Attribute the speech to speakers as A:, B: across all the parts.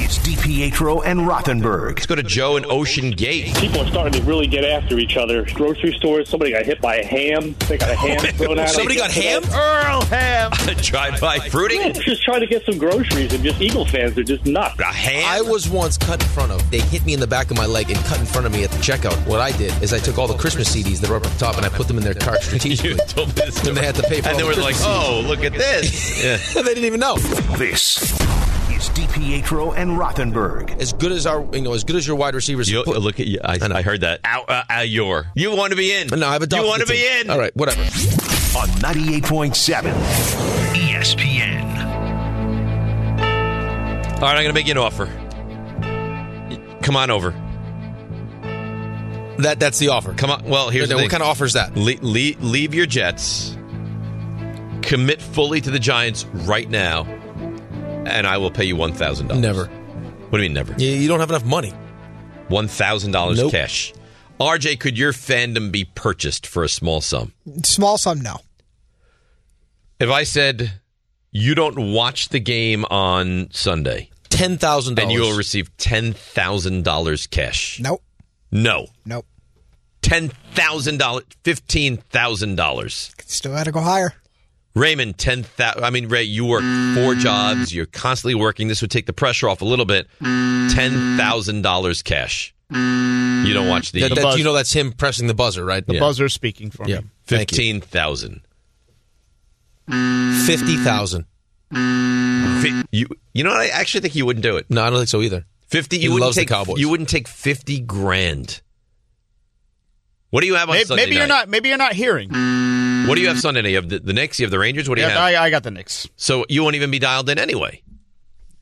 A: is DiPietro and Rothenberg.
B: Let's go to Joe in Ocean Gate.
C: People are starting to really get after each other. Grocery stores, somebody got hit by a ham. They got a ham thrown at 'em.
B: Somebody got hammed? Earl ham. Drive by
C: Yeah,
B: fruiting?
C: Just trying to get some groceries, and just Eagle fans are just nuts.
B: A ham?
D: I was once cut in front of. They hit me in the back of my leg and cut in front of me at the checkout. What I did is I took all the Christmas CDs that were up top and I put them in their cart strategically.
B: Oh, you told this
D: And they had to pay for
B: And
D: all
B: they
D: the
B: were like,
D: Christmas
B: oh, look at this. Yeah.
D: they didn't even know.
A: This is DiPietro and Rothenberg.
D: As good as our, you know, as good as your wide receivers.
B: You,
D: put-
B: look at you. I, I heard that. Ow, uh, uh, your. You want to be in.
D: no, I've adopted.
B: You want to
D: the
B: be
D: team.
B: in.
D: All right, whatever.
A: on 98.7
B: E
A: ESPN.
B: All right, I'm going to make you an offer. Come on over.
D: That that's the offer.
B: Come on. Well, here's
D: Wait,
B: the
D: what
B: thing.
D: kind of offer is that?
B: Le- le- leave your Jets. Commit fully to the Giants right now, and I will pay you one thousand dollars.
D: Never.
B: What do you mean never?
D: You, you don't have enough money.
B: One thousand dollars
D: Nope.
B: cash. RJ, could your fandom be purchased for a small sum?
E: Small sum, no.
B: If I said you don't watch the game on Sunday,
D: Ten thousand
B: and
D: dollars.
B: you will receive ten thousand dollars cash.
E: Nope.
B: No,
E: Nope.
B: ten thousand dollars, fifteen thousand dollars.
E: Still had to go higher.
B: Raymond, ten thousand. I mean, Ray, you work four jobs. You're constantly working. This would take the pressure off a little bit. Ten thousand dollars cash. You don't watch the,
D: That, that-
F: buzz-
D: you know that's him pressing the buzzer, right?
B: Yeah.
F: buzzer speaking for
D: Yeah.
F: me.
D: Thank you.
B: fifteen thousand.
D: Fifty thousand.
B: Fi- You, you know, what? I actually think you wouldn't do it.
D: No, I don't think so either.
B: Fifty. You
D: He
B: wouldn't
D: loves the
B: take.
D: Cowboys.
B: You wouldn't take fifty grand. What do you have on
F: Maybe,
B: Sunday
F: maybe you're
B: night?
F: not. Maybe you're not hearing.
B: not. What do you have Sunday night? You have the, the Knicks. You have the Rangers. What do you
F: Yeah,
B: have?
F: I, I got the Knicks.
B: so you won't even be dialed in anyway.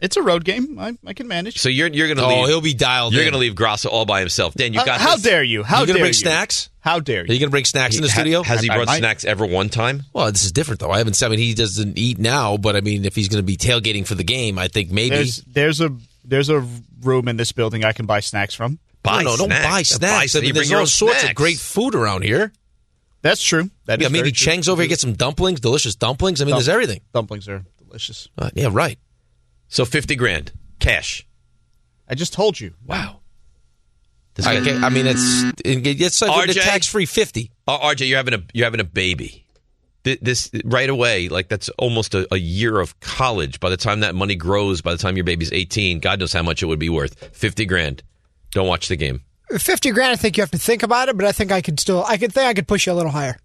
F: It's a road game. I, I can manage.
B: So you're you're gonna
D: Oh,
B: leave.
D: he'll be dialed.
B: you're
D: in.
B: gonna leave Grasso all by himself. Dan, you
F: Uh,
B: got.
F: how
B: this.
F: dare you? How
D: You gonna
F: dare
D: bring
F: you?
D: snacks?
F: How dare
D: Are you
F: you?
D: gonna bring snacks in the
B: Ha-
D: studio?
B: Has he
F: I-
B: brought
F: I-
B: snacks ever one time?
D: Well, this is different though. I haven't said I mean, he doesn't eat now, but I mean, if he's going to be tailgating for the game, I think maybe.
F: There's there's a there's a room in this building I can buy snacks from.
B: Buy
D: no, no,
B: snacks.
D: don't buy snacks. I
B: you
D: mean,
B: bring
D: there's
B: your
D: all
B: own
D: sorts
B: snacks.
D: of great food around here.
F: That's true. That is
D: Yeah, maybe
F: very true.
D: Cheng's over here get some dumplings, delicious dumplings. I mean, there's
F: Dump-
D: everything.
F: Dumplings are delicious.
D: Uh, yeah, right.
B: So fifty grand cash.
F: I just told you.
B: Wow.
D: I, okay, I mean, it's it's like the
B: RJ?
D: tax free fifty.
B: RJ, Uh, you're having a you're having a baby. Th- This right away, like that's almost a, a year of college. By the time that money grows, by the time your baby's eighteen, God knows how much it would be worth. Fifty grand. Don't watch the game.
E: Fifty grand. I think you have to think about it, but I think I could still. I could think I could push you a little higher.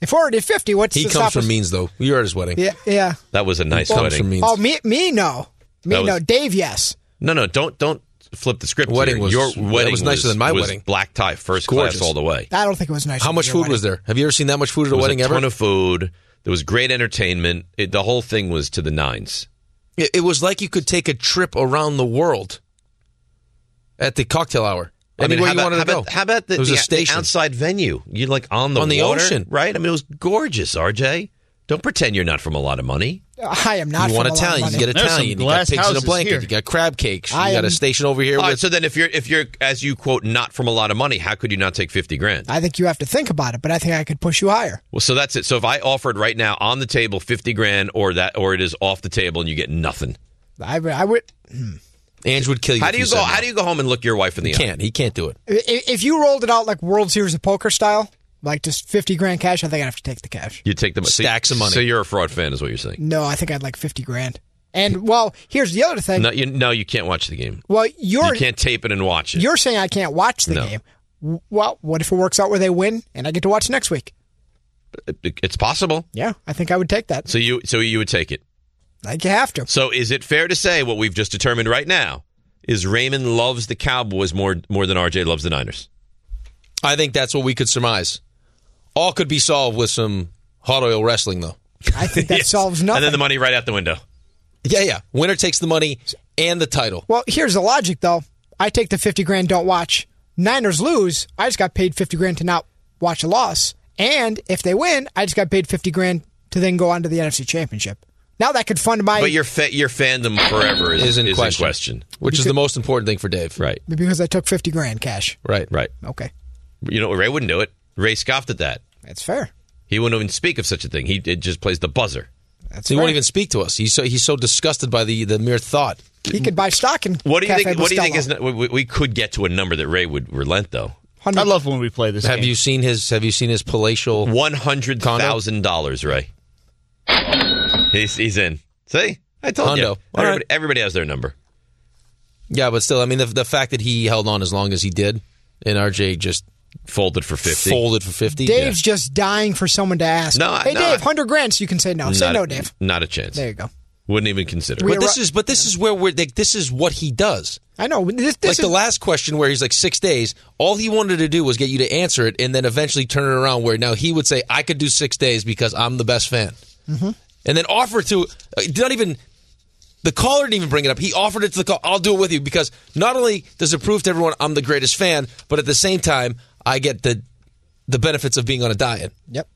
E: If we're already at fifty, what's
D: He
E: to
D: comes
E: stop us?
D: from Means though. You're at his wedding.
E: Yeah, yeah.
B: That was a nice
D: Comes
B: wedding.
D: from Means.
E: Oh, me, me, no, me,
B: That was-
E: no. Dave, yes.
B: No, no, don't don't flip the script.
D: Wedding
B: here.
D: was-
B: your
D: that
B: wedding
D: was nicer than my wedding.
B: Black tie, first
D: Gorgeous.
B: class all the way.
E: I don't think it was nice.
D: How much food was there? Have you ever seen that much food at a
B: There was
D: wedding
B: a
D: ever?
B: ton of food. There was great entertainment. It, the whole thing was to the nines.
D: it, it was like you could take a trip around the world at the cocktail hour. Anywhere you
B: how about,
D: wanted
B: how
D: to go.
B: About, how about the,
D: There was
B: the-
D: a
B: the
D: station?
B: outside venue? You like on the
D: On the
B: water,
D: ocean.
B: right? I mean, it was gorgeous. RJ, don't pretend you're not from a lot of money.
E: I am not.
D: You want
E: from a lot of
D: Italian? You
E: money.
D: get
F: There's some
D: Italian. You got
F: glass
D: pigs in a
F: houses
D: blanket.
F: here.
D: You got crab cakes. You
E: I
D: got a
E: am-
D: station over here
B: All right,
D: with
B: so then if you're if you're as you quote not from a lot of money, how could you not take fifty grand?
E: I think you have to think about it, but I think I could push you higher.
B: Well, so that's it. So if I offered right now on the table fifty grand, or that, or it is off the table and you get nothing,
E: I, would- hmm. I would.
D: Ange would kill you.
B: how do you go? How do you go home and look your wife in the
D: He
B: eye?
D: can't. He can't do it.
E: i- If you rolled it out like World Series of Poker style, like just fifty grand cash, I think I'd have to take the cash.
B: You take the so-
D: Stacks of money.
B: So you're a fraud fan, is what you're saying?
E: No, I think I'd like fifty grand. And well, here's the other thing.
B: No, you, no, you can't watch the game.
E: well, you're
B: you can't tape it and watch it.
E: You're saying I can't watch the
B: No.
E: game. W- Well, what if it works out where they win and I get to watch next week?
B: It- It's possible.
E: Yeah, I think I would take that.
B: So you so you would take it.
E: Like you have to.
B: So is it fair to say what we've just determined right now is Raymond loves the Cowboys more more than RJ loves the Niners?
D: I think that's what we could surmise. All could be solved with some hot oil wrestling, though.
E: I think that solves nothing.
B: And then the money right out the window.
D: Yeah, yeah. Winner takes the money and the title.
E: well, here's the logic though. I take the fifty grand. Don't watch. Niners lose. I just got paid fifty grand to not watch a loss. And if they win, I just got paid fifty grand to then go on to the NFC Championship. Now that could fund my
B: But your fa- your fandom forever is,
D: Is in question.
B: question.
D: Which is the most important thing for Dave.
B: Right.
E: because I took fifty grand cash.
D: Right.
B: Right.
E: Okay,
B: You know Ray wouldn't do it. Ray scoffed at that.
E: that's fair.
B: He wouldn't even speak of such a thing. He it just plays the buzzer.
E: That's
D: So he
E: fair.
D: won't even speak to us. He's so he's so disgusted by the, the mere thought.
E: he could buy stock in
B: What do you
E: Cafe
B: think? What do you think is?
E: Bustelo.
B: not- We, we could get to a number that Ray would relent though.
F: I love when we play this.
D: Have
F: game.
D: you seen his Have you seen his palatial?
B: One hundred thousand dollars, Ray. He's he's in. See, I told
D: Hondo.
B: you.
D: All right.
B: Everybody, everybody has their number.
D: Yeah, but still, I mean, the, the fact that he held on as long as he did, and RJ just
B: Folded for fifty.
D: folded for fifty.
E: Dave's just dying for someone to ask.
B: uh, No, I-
E: hey
B: no,
E: Dave,
B: I-
E: hundred grand. So you can say no. say
B: Not-
E: no, Dave.
B: Not a chance.
E: There you go.
B: Wouldn't even consider.
E: We-
B: it.
D: But this is but this is where we're like, this is what he does.
E: I know. This,
D: Like
E: this
D: the
E: is,
D: last question where he's like six days. All he wanted to do was get you to answer it, and then eventually turn it around. Where now he would say, "I could do six days because I'm the best fan,"
E: Mm-hmm.
D: and then offer to uh, not even the caller didn't even bring it up. He offered it to the call. I'll do it with you because not only does it prove to everyone I'm the greatest fan, but at the same time I get the the benefits of being on a diet
E: yep.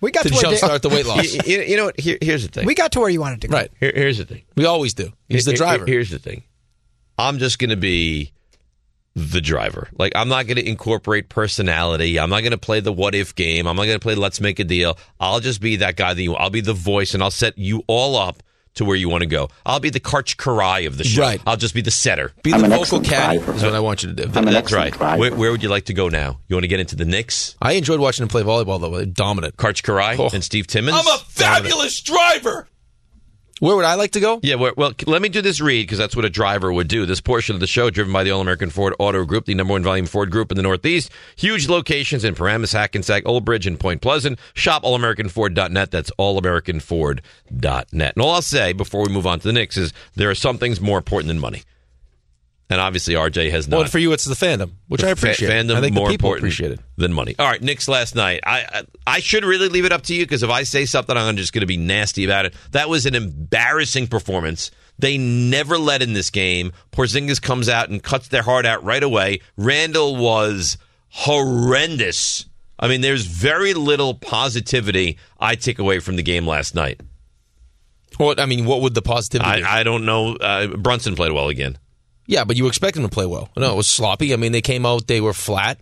E: We got
D: to
E: to, where Dave,
D: jumpstart the weight loss.
B: You- you, you know what? Here, here's the thing.
E: we got to where you wanted to go.
D: right.
B: Here- here's the thing.
D: We always do. He's the
B: Here- here-
D: driver.
B: Here's the thing. I'm just going to be the driver. Like I'm not going to incorporate personality. I'm not going to play the what if game. I'm not going to play let's make a deal. I'll just be that guy that you. I'll be the voice, and I'll set you all up to where you want to go. I'll be the Karch Karai of the show.
D: Right.
B: I'll just be the setter.
D: Be
G: I'm
D: the
G: an
D: vocal
G: excellent
D: cat
G: driver.
D: is what I want you to do.
G: I'm an
B: That's
G: excellent
B: right.
G: driver.
B: Where, where would you like to go now? You want to get into the Knicks?
D: I enjoyed watching him play volleyball though. They're Dominant.
B: Karch Karai
D: Oh.
B: and Steve Timmons.
D: I'm a fabulous driver. Where would I like to go?
B: Yeah, well, well, c- let me do this read because that's what a driver would do. This portion of the show, driven by the All American Ford Auto Group, the number one volume Ford group in the Northeast. Huge locations in Paramus, Hackensack, Old Bridge, and Point Pleasant. Shop allamericanford.net. That's allamericanford.net. And all I'll say before we move on to the Knicks is there are some things more important than money. And obviously, RJ has not.
D: Well, for you, it's the fandom, which I
B: Fa-
D: appreciate.
B: Fandom
D: I think
B: more
D: the people
B: important
D: appreciate it.
B: than money. All right, Knicks last night. I I, I should really leave it up to you because if I say something, I'm just going to be nasty about it. That was an embarrassing performance. They never led in this game. Porzingis comes out and cuts their heart out right away. Randall was horrendous. I mean, there's very little positivity I take away from the game last night.
D: What I mean, what would the positivity? do?
B: I, I don't know. Uh, Brunson played well again.
D: yeah, but you expect them to play well. No, it was sloppy. I mean, they came out, they were flat,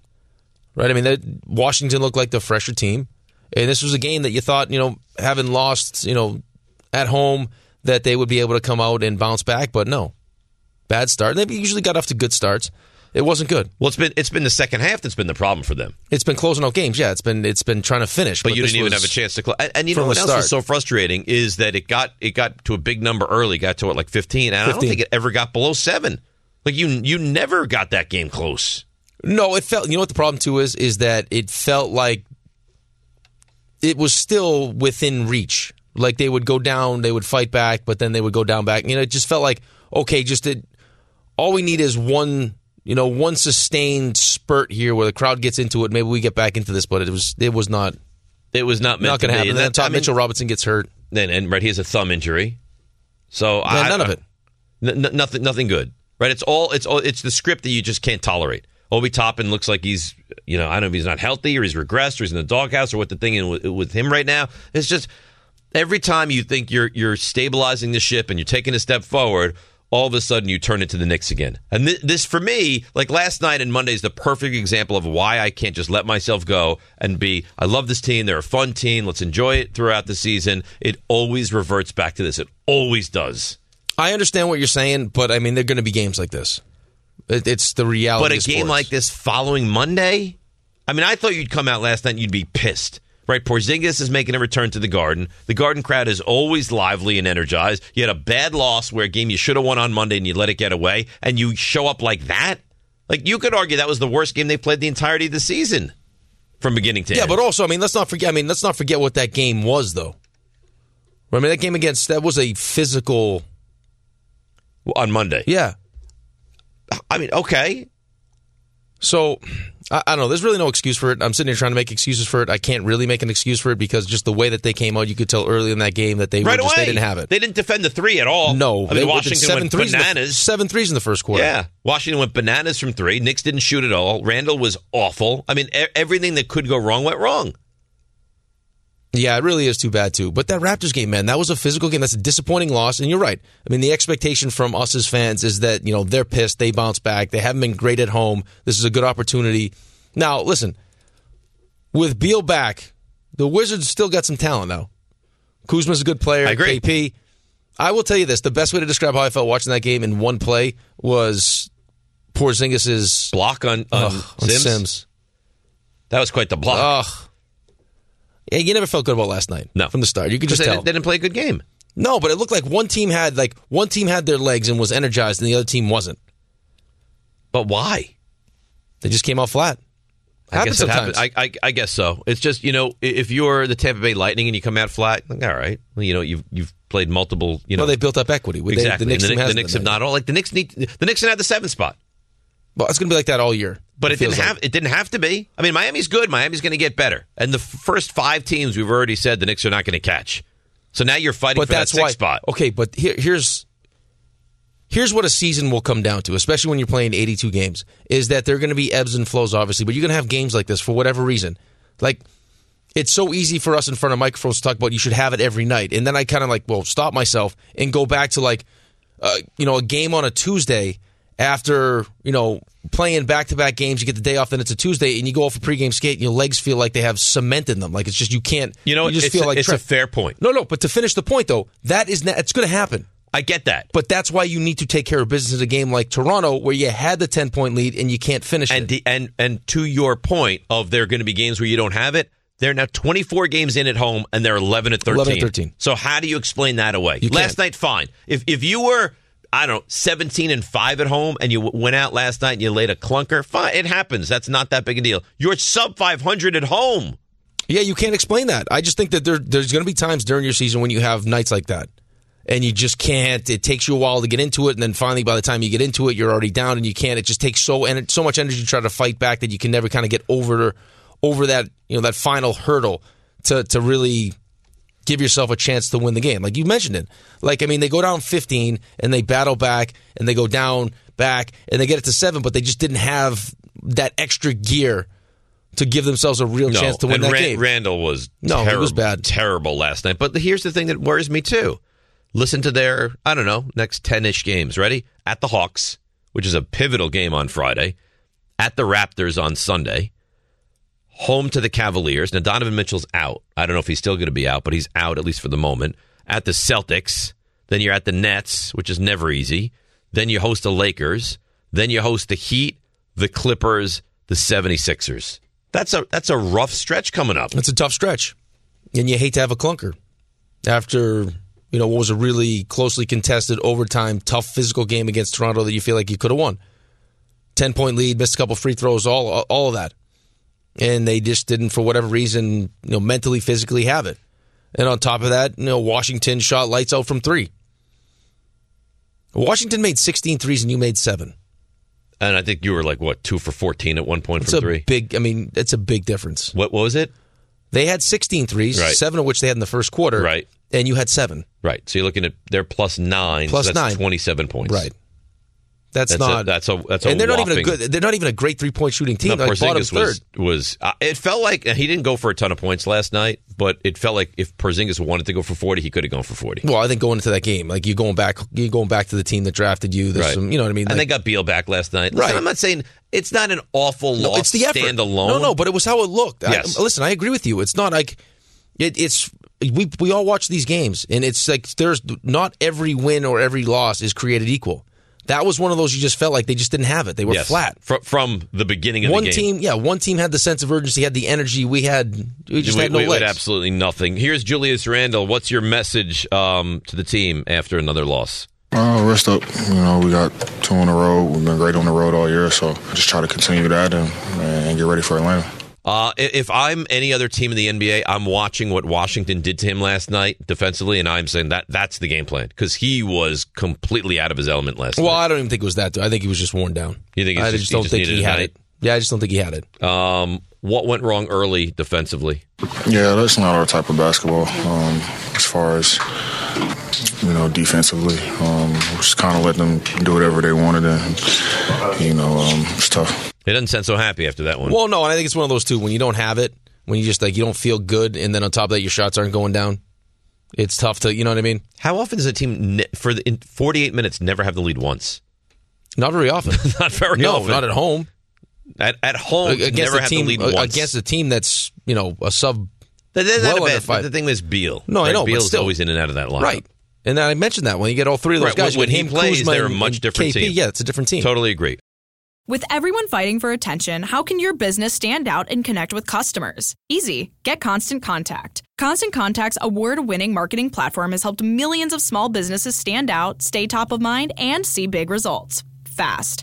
D: right? I mean, they- Washington looked like the fresher team, and this was a game that you thought, you know, having lost, you know, at home, that they would be able to come out and bounce back, but no, bad start. They usually got off to good starts. It wasn't good.
B: Well, it's been it's been the second half that's been the problem for them.
D: It's been closing out games. Yeah, it's been it's been trying to finish,
B: but, you
D: this
B: didn't even
D: was-
B: have a chance to close. And, and you
D: from
B: know what
D: the
B: else was so
D: start.
B: frustrating is that it got it got to a big number early, got to what like fifteen, and I don't
D: 15.
B: think it ever got below seven. Like you, you never got that game close.
D: No, it felt. You know what the problem too is? Is that it felt like it was still within reach. Like they would go down, they would fight back, but then they would go down back. You know, it just felt like okay, just it. All we need is one. You know, one sustained spurt here where the crowd gets into it. Maybe we get back into this, but it was it was not
B: It was not meant
D: not
B: to
D: going to
B: be.
D: happen. And
B: And
D: then
B: that- I
D: Todd
B: mean,
D: Mitchell Robinson gets hurt.
B: then- and right, he has a thumb injury. So
D: Then
B: I,
D: none of it.
B: N- n- nothing, nothing good. Right? It's all. It's all. It's the script that you just can't tolerate. Obi Toppin looks like he's, you know, I don't know if he's not healthy or he's regressed or he's in the doghouse or what the thing is with, with him right now. It's just every time you think you're you're stabilizing the ship and you're taking a step forward, all of a sudden you turn it to the Knicks again. And thi- this for me, like last night and Monday is the perfect example of why I can't just let myself go and be. I love this team. They're a fun team. Let's enjoy it throughout the season. It always reverts back to this. It always does.
D: I understand what you're saying, but I mean, there are going to be games like this. It, it's the reality.
B: But a
D: of
B: game
D: sports.
B: like this following Monday, I mean, I thought you'd come out last night and you'd be pissed. Right, Porzingis is making a return to the Garden. The Garden crowd is always lively and energized. You had a bad loss where a game you should have won on Monday and you let it get away, and you show up like that. Like you could argue that was the worst game they played the entirety of the season. from beginning to
D: Yeah,
B: end.
D: but also, I mean, let's not forget. I mean, let's not forget what that game was, though. I mean, that game against that was a physical.
B: on Monday.
D: Yeah.
B: I mean, okay.
D: So, I, I don't know. There's really no excuse for it. I'm sitting here trying to make excuses for it. I can't really make an excuse for it because just the way that they came out, you could tell early in that game that they were
B: Right
D: just,
B: away,
D: they didn't have it.
B: They didn't defend the three at all.
D: no,
B: I
D: they
B: mean
D: went
B: Washington
D: seven
B: went
D: threes in the-
B: bananas.
D: seven threes in the first quarter.
B: Yeah, Washington went bananas from three. Knicks didn't shoot at all. Randall was awful. I mean, e- everything that could go wrong went wrong.
D: Yeah, it really is too bad too. But that Raptors game, man, that was a physical game. That's a disappointing loss. And you're right. I mean, the expectation from us as fans is that you know they're pissed, they bounce back, they haven't been great at home. This is a good opportunity. Now, listen, with Beal back, the Wizards still got some talent though. Kuzma's a good player.
B: I agree.
D: KP. I will tell you this: the best way to describe how I felt watching that game in one play was Porzingis's
B: Block on, on,
D: Ugh, on
B: Sims.
D: Sims.
B: That was quite the block.
D: Ugh. Yeah, you never felt good about last night.
B: No.
D: from the start, you could
B: because
D: just
B: they,
D: tell
B: didn't- they didn't play a good game.
D: No, but it looked like one team had like one team had their legs and was energized, and the other team wasn't.
B: But why?
D: They just came out flat.
B: I guess it
D: sometimes.
B: happens. I, I, I guess so. It's just you know i- if you're the Tampa Bay Lightning and you come out flat, like, all right, well, you know you've you've played multiple. You know
D: well, they built up equity. They-
B: exactly.
D: the Knicks,
B: and the,
D: team
B: Knick-
D: has
B: the Knicks have not all like the Knicks need the Knicks had the seventh spot,
D: Well, it's going to be like that all year.
B: but it,
D: feels
B: didn't
D: like.
B: have it didn't have to be. I mean, Miami's good. Miami's going to get better, and the f- first five teams we've already said the Knicks are not going to catch. So now you're fighting
D: But
B: for
D: that's
B: that sixth
D: why.
B: spot.
D: Okay, but here, here's here's what a season will come down to, especially when you're playing 82 games, is that there are going to be ebbs and flows, obviously. But you're going to have games like this for whatever reason. Like it's so easy for us in front of microphones to talk about you should have it every night, and then I kind of like well stop myself and go back to like uh, you know a game on a Tuesday after you know playing back to back games. You get the day off, then it's a Tuesday, and you go off a pregame skate, and your legs feel like they have cement in them. Like it's just you can't.
B: You know,
D: you just
B: it's,
D: feel
B: a,
D: like
B: it's
D: crap.
B: a fair point.
D: No, no. But to finish the point, though, that is not, it's going to happen.
B: I get that.
D: But that's why you need to take care of business in a game like Toronto, where you had the ten point lead and you can't finish
B: and
D: it.
B: the, and and to your point of there are going to be games where you don't have it. They're now 24 games in at home, and they're 11 at 13.
D: 11 at 13.
B: So how do you explain that away?
D: You
B: last
D: can't.
B: night, fine. If if you were I don't know 17 and five at home, and you w- went out last night and you laid a clunker, fine. It happens. That's not that big a deal. You're sub 500 at home.
D: yeah, you can't explain that. I just think that there, there's going to be times during your season when you have nights like that, and you just can't. It takes you a while to get into it, and then finally, by the time you get into it, you're already down, and you can't. It just takes so and so much energy to try to fight back that you can never kind of get over over that you know that final hurdle to to really give yourself a chance to win the game. Like you mentioned it. Like I mean, they go down 15 and they battle back and they go down back and they get it to seven, but they just didn't have that extra gear to give themselves a real chance to win
B: and
D: that
B: Ran-
D: game.
B: Randall was
D: No, he
B: terrible,
D: was bad.
B: terrible last night. But here's the thing that worries me too. Listen to their I don't know next ten ish games. Ready at the Hawks, which is a pivotal game on Friday, at the Raptors on Sunday, home to the Cavaliers. Now Donovan Mitchell's out. I don't know if he's still going to be out, but he's out at least for the moment. At the Celtics, then you're at the Nets, which is never easy. Then you host the Lakers. Then you host the Heat, the Clippers, the 76ers. That's a that's a rough stretch coming up.
D: It's a tough stretch, and you hate to have a clunker after you know what was a really closely contested overtime, tough physical game against Toronto that you feel like you could have won. Ten point lead, missed a couple free throws, all all of that, and they just didn't for whatever reason, you know, mentally, physically have it. And on top of that, you know, Washington shot lights out from three. Washington made 16 threes and you made seven.
B: And I think you were like what two for fourteen at one point
D: It's
B: from
D: a
B: three.
D: big. I mean, that's a big difference.
B: What what was it?
D: They had 16 threes,
B: Right.
D: seven of which they had in the first quarter.
B: Right.
D: And you had seven.
B: Right. So you're looking at they're plus nine.
D: Plus
B: so that's
D: nine.
B: Twenty-seven points.
D: Right. That's,
B: That's
D: not
B: a- that's a- that's a
D: and they're not even a
B: whopping-
D: good they're not even a great three point shooting team.
B: No,
D: like bottom
B: Porzingis
D: third.
B: was was uh, it felt like and he didn't go for a ton of points last night, but it felt like if Porzingis wanted to go for forty, he could have gone for forty.
D: well, I think going into that game, like you're going back, you're going back to the team that drafted you. There's
B: Right.
D: some, you know what I mean.
B: and they
D: Like,
B: got Beal back last night. Listen,
D: Right.
B: I'm not saying it's not an awful
D: no,
B: loss.
D: it's the effort.
B: Standalone.
D: No, no, but it was how it looked. I-
B: Yes.
D: listen, I agree with you. It's not like it, it's we we all watch these games, and it's like there's not every win or every loss is created equal. That was one of those you just felt like they just didn't have it. They were
B: Yes.
D: flat.
B: Fr- from the beginning of
D: One
B: the game.
D: team, yeah, one team had the sense of urgency, had the energy. We had we just
B: we,
D: had no
B: we- we
D: legs.
B: absolutely nothing. Here's Julius Randle. What's your message um, to the team after another loss?
G: Uh, rest up. You know, we got two on the road. We've been great on the road all year, so just try to continue that and, and get ready for Atlanta.
B: Uh, i- if I'm any other team in the NBA, I'm watching what Washington did to him last night defensively, and I'm saying that that's the game plan because he was completely out of his element last
D: Well,
B: night.
D: I don't even think it was that. Though. I think he was just worn down.
B: You think it's
D: I
B: just-
D: just
B: he
D: don't
B: just
D: think he
B: needed a
D: had
B: night?
D: it. Yeah, I just don't think he had it.
B: Um, what went wrong early defensively?
G: Yeah, that's not our type of basketball. Um, as far as you know, defensively, um, just kind of let them do whatever they wanted, and you know, um, it's tough.
B: It doesn't sound so happy after that one.
D: Well, no, and I think it's one of those two when you don't have it, when you just like you don't feel good, and then on top of that your shots aren't going down. It's tough to, you know what I mean?
B: How often does a team ne- for the, in 48 minutes never have the lead once?
D: Not very often.
B: Not very
D: no,
B: often.
D: not at home.
B: At, at home,
D: Against
B: never
D: a
B: have
D: team
B: the lead
D: a-
B: once.
D: against a team that's you know a sub
B: That- that's
D: well
B: not a
D: under
B: bad-
D: five.
B: The thing is Beal.
D: No, I
B: Right?
D: know, but
B: Beal's
D: still.
B: always in and out of that line.
D: right. And then I mentioned that when you get all three of those
B: Right,
D: guys, you
B: when
D: get
B: he
D: him,
B: plays,
D: Kuzma,
B: they're a
D: and-
B: much
D: and
B: different
D: KP.
B: team.
D: Yeah, it's a different team.
B: Totally agree.
H: With everyone fighting for attention, how can your business stand out and connect with customers? Easy. Get Constant Contact. Constant Contact's award winning marketing platform has helped millions of small businesses stand out, stay top of mind, and see big results fast.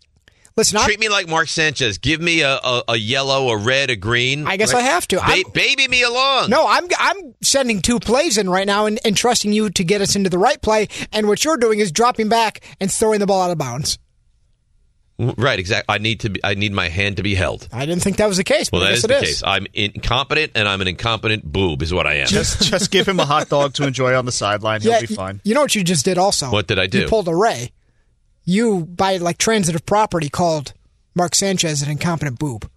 E: listen, I,
B: treat me like Mark Sanchez? Give me a, a, a yellow, a red, a green.
E: I guess I have to. I'm-
B: Ba- baby me along.
E: No, I'm I'm sending two plays in right now and, and trusting you to get us into the right play. And what you're doing is dropping back and throwing the ball out of bounds.
B: Right, exactly. I need to. Be, I need my hand to be held.
E: I didn't think that was the case, but
B: Well, that
E: I
B: is
E: guess
B: the
E: it is.
B: case. I'm incompetent, and I'm an incompetent boob, is what I am.
F: Just just give him a hot dog to enjoy on the sideline. He'll
E: yeah,
F: be
E: y-
F: fine.
E: You know what you just did also?
B: What did I do?
E: You pulled a ray. You, by like transitive property, called Mark Sanchez an incompetent boob.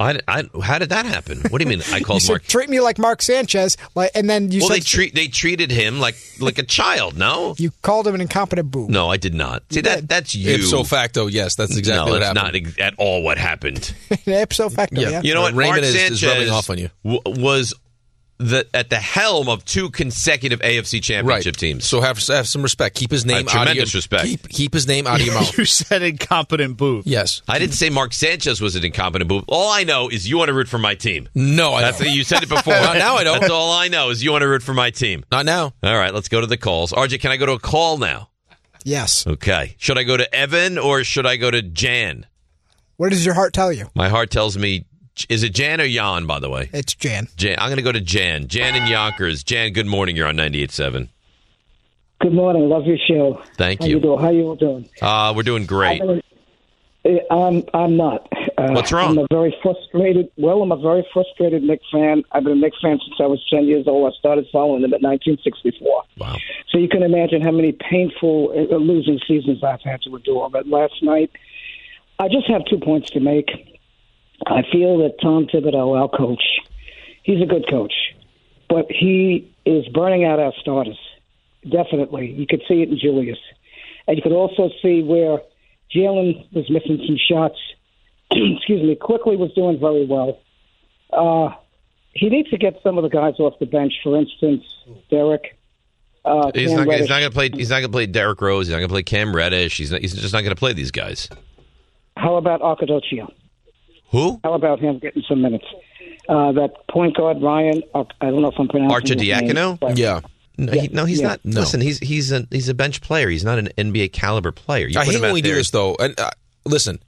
B: I, I, how did that happen? What do you mean? I called
E: you
B: Mark.
E: said, treat me like Mark Sanchez, like, and then you
B: well, they
E: said
B: treat they treated him like like a child. No,
E: you called him an incompetent boob.
B: no, I did not. See that that's you.
D: Ipso facto, yes, that's exactly
B: no,
D: what
B: that's
D: happened. Uh,
B: not ex- at all what happened.
E: Ipso facto, yeah.
B: You know what?
D: Raymond
B: Mark
D: is,
B: Sanchez
D: is rubbing off on you.
B: w- was the at the helm of two consecutive AFC championship teams.
D: So have, have some respect. Keep his name out
B: Uh,
D: of your
B: tremendous respect.
D: Keep, keep his name out of your mouth.
F: you said incompetent boob.
D: Yes.
B: I didn't say Mark Sanchez was an incompetent boob. All I know is you want to root for my team.
D: No, I
B: That's
D: don't.
B: you said it before.
D: Not now I don't.
B: That's all I know is you want to root for my team.
D: Not now.
B: All right, let's go to the calls. RJ, can I go to a call now?
E: Yes.
B: Okay. Should I go to Evan or should I go to Jan?
E: What does your heart tell you?
B: My heart tells me, is it Jan or Jan, by the way?
E: It's Jan.
B: Jan. I'm going to go to Jan. Jan and Yonkers. Jan, good morning. You're on 98.7.
I: Good morning. Love your show.
B: Thank
I: How
B: you.
I: doing? How you all doing?
B: Uh, we're doing great.
I: Uh, I'm I'm not. Uh,
B: What's wrong?
I: I'm a very frustrated. Well, I'm a very frustrated Knicks fan. I've been a Knicks fan since I was 10 years old. I started following them at 1964.
B: Wow.
I: So you can imagine how many painful uh, losing seasons I've had to endure. But last night, I just have two points to make. I feel that Tom Thibodeau, our coach, he's a good coach, but he is burning out our starters. Definitely, you could see it in Julius, and you could also see where Jalen was missing some shots. Excuse me. Quickly was doing very well. Uh, he needs to get some of the guys off the bench. For instance, Derek. Uh,
B: He's
I: Cam
B: not, he's
I: Reddish.
B: not going to play. He's not going to play Derrick Rose. He's not going to play Cam Reddish. He's, not, he's just not going to play these guys.
I: How about Arcadocio?
B: Who?
I: How about him getting some minutes? Uh, that point guard Ryan. Ar- I don't know if I'm pronouncing his name,
B: Archidiakono?
I: but-
B: No, Mm-hmm. he, no he's
I: Yeah.
B: not. Listen, he's he's a he's a bench player. He's not an NBA caliber player. You
D: I
B: put
D: hate
B: him
D: when
B: out
D: we do
B: there-
D: this, though. And uh, listen,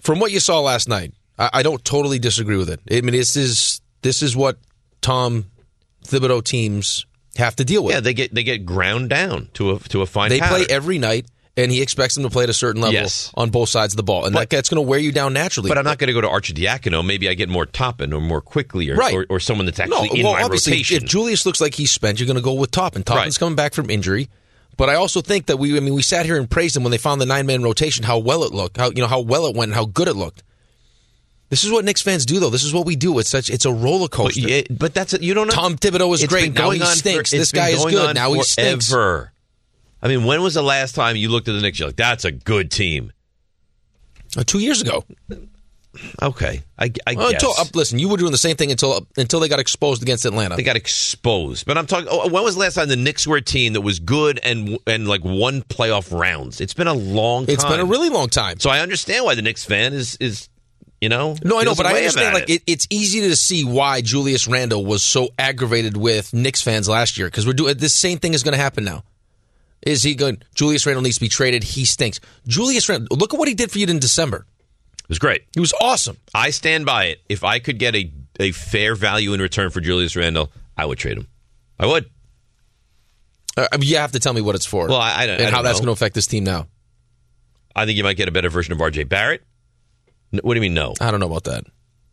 D: from what you saw last night, I, I don't totally disagree with it. I mean, this is this is what Tom Thibodeau teams have to deal with.
B: Yeah, they get they get ground down to a to a fine.
D: They play
B: powder.
D: every night, and he expects them to play at a certain level
B: Yes.
D: on both sides of the ball, and that, that's going to wear you down naturally.
B: But I'm not going to go to Archidiakono. Maybe I get more Toppin or more quickly or,
D: Right.
B: or, or someone that's actually in
D: well,
B: my
D: obviously,
B: rotation.
D: If Julius looks like he's spent, you're going to go with Toppin. Toppin's coming back from injury, but I also think that we, I mean, we sat here and praised him when they found the nine man rotation, how well it looked, how you know how well it went, and how good it looked. This is what Knicks fans do, though. This is what we do. It's such it's a roller coaster.
B: But, it- but that's you don't know.
D: Tom Thibodeau is
B: It's
D: great.
B: been
D: Now
B: going
D: he
B: on
D: stinks.
B: for- it's
D: This guy
B: been
D: is
B: going
D: good.
B: on
D: Now he stinks.
B: forever. I mean, when was the last time you looked at the Knicks? You're like, that's a good team.
D: Uh, two years ago.
B: Okay, I, I guess
D: Until, uh, listen, you were doing the same thing until until they got exposed against Atlanta.
B: they got exposed. But I'm talking. Oh, when was the last time the Knicks were a team that was good and and like won playoff rounds? It's been a long. time.
D: It's been a really long time.
B: So I understand why the Knicks fan is is you know
D: No, I know,
B: feels
D: but
B: a
D: I
B: way
D: understand.
B: about
D: Like, it, it's easy to see why Julius Randle was so aggravated with Knicks fans last year because we're doing this same thing is going to happen now. Is he going? Julius Randle needs to be traded. He stinks. Julius Randle, look at what he did for you in December.
B: It was great.
D: He was awesome.
B: I stand by it. If I could get a a fair value in return for Julius Randle, I would trade him. I would.
D: Uh, I mean, you have to tell me what it's for.
B: Well, I- I don't-
D: and
B: I don't
D: how that's going
B: know.
D: to affect this team now.
B: I think you might get a better version of RJ Barrett. N- What do you mean no?
D: I don't know about that.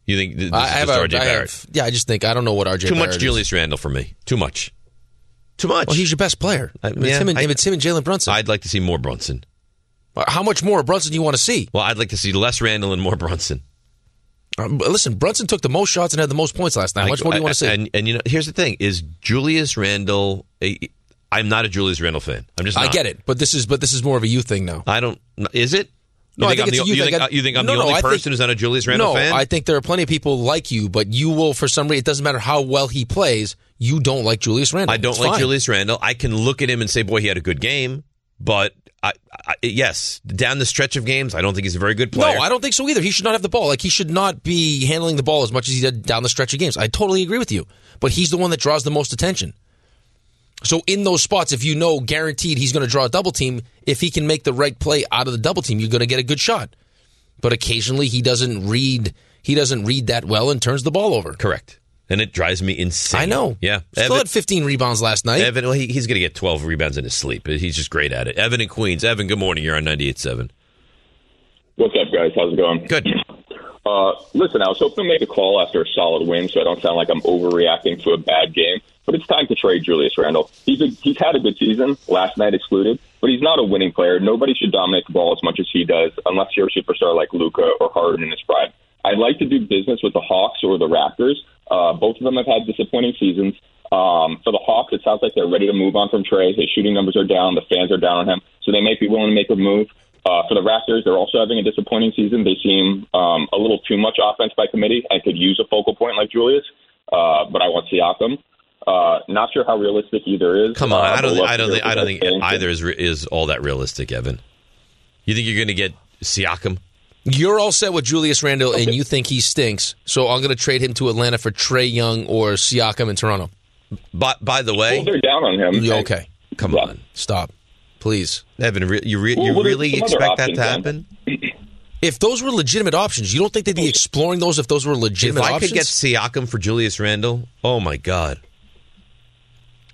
B: You think th- this
D: I
B: is
D: have
B: just
D: a-
B: RJ
D: I have-
B: Barrett?
D: yeah, I just think I don't know what RJ.
B: Too
D: Barrett
B: much
D: is.
B: Julius Randle for me. Too much. Too much.
D: Well, he's your best player.
B: I-
D: If it's
B: yeah,
D: him and,
B: I-
D: if it's him and Jalen Brunson. Uh,
B: I'd like to see more Brunson.
D: how much more of Brunson do you want to see?
B: Well, I'd like to see less Randall and more Brunson.
D: Um, but listen, Brunson took the most shots and had the most points last night. How
B: I-
D: much more do you
B: I-
D: want to see?
B: And, and you know, here's the thing: is Julius Randle? A, I'm not a Julius Randle fan. I'm just.
D: I
B: not.
D: get it, but this is but this is more of a you thing now.
B: I don't. Is it?
D: No,
B: you
D: I think
B: I'm
D: it's
B: the,
D: a youth.
B: you, think,
D: I
B: I-
D: got-
B: you think I'm
D: No,
B: the
D: no,
B: only
D: I think-
B: person who's not a Julius Randle
D: no,
B: fan?
D: I think there are plenty of people like you, but you will, for some reason, it doesn't matter how well he plays, you don't like Julius Randle.
B: I don't
D: It's
B: like
D: fine.
B: Julius Randle. I can look at him and say, boy, he had a good game. But I, I, yes, down the stretch of games, I don't think he's a very good player.
D: No, I don't think so either. He should not have the ball. Like he should not be handling the ball as much as he did down the stretch of games. I totally agree with you, but he's the one that draws the most attention. So in those spots, if you know guaranteed he's going to draw a double team, if he can make the right play out of the double team, you're going to get a good shot. But occasionally he doesn't read. He doesn't read that well and turns the ball over.
B: Correct. And it drives me insane.
D: I know.
B: Yeah.
D: Still
B: Evan,
D: had 15 rebounds last night.
B: Evan well, he, he's going to get 12 rebounds in his sleep. He's just great at it. Evan in Queens. Evan, good morning. You're on 98.7.
J: What's up, guys? How's it going?
B: Good.
J: Uh, listen, I was hoping to make a call after a solid win, so I don't sound like I'm overreacting to a bad game. But it's time to trade Julius Randle. He's a, he's had a good season, last night excluded, but he's not a winning player. Nobody should dominate the ball as much as he does, unless you're a superstar like Luca or Harden in his prime. I'd like to do business with the Hawks or the Raptors. Uh, both of them have had disappointing seasons. Um, for the Hawks, it sounds like they're ready to move on from Trey. His shooting numbers are down. The fans are down on him, so they might be willing to make a move. Uh, for the Raptors, they're also having a disappointing season. They seem um, a little too much offense by committee. I could use a focal point like Julius, uh, but I want Siakam. Uh, not sure how realistic either is.
B: Come on,
J: Uh,
B: I don't,
J: but
B: think,
J: love
B: I
J: to
B: don't
J: hear
B: think, I
J: what
B: don't
J: you
B: think
J: guys think.
B: either is re- is all that realistic, Evan. You think you're going to get Siakam?
D: You're all set with Julius Randle, and you think he stinks. So I'm going to trade him to Atlanta for Trey Young or Siakam in Toronto.
B: By, by the way,
J: they're down on him.
D: okay,
B: come on,
D: stop, please,
B: Evan. Re- you re- you really expect that to happen?
D: If those were legitimate options, you don't think they'd be exploring those if those were
B: If
D: legitimate
B: I
D: options?
B: could get Siakam for Julius Randle, oh my god!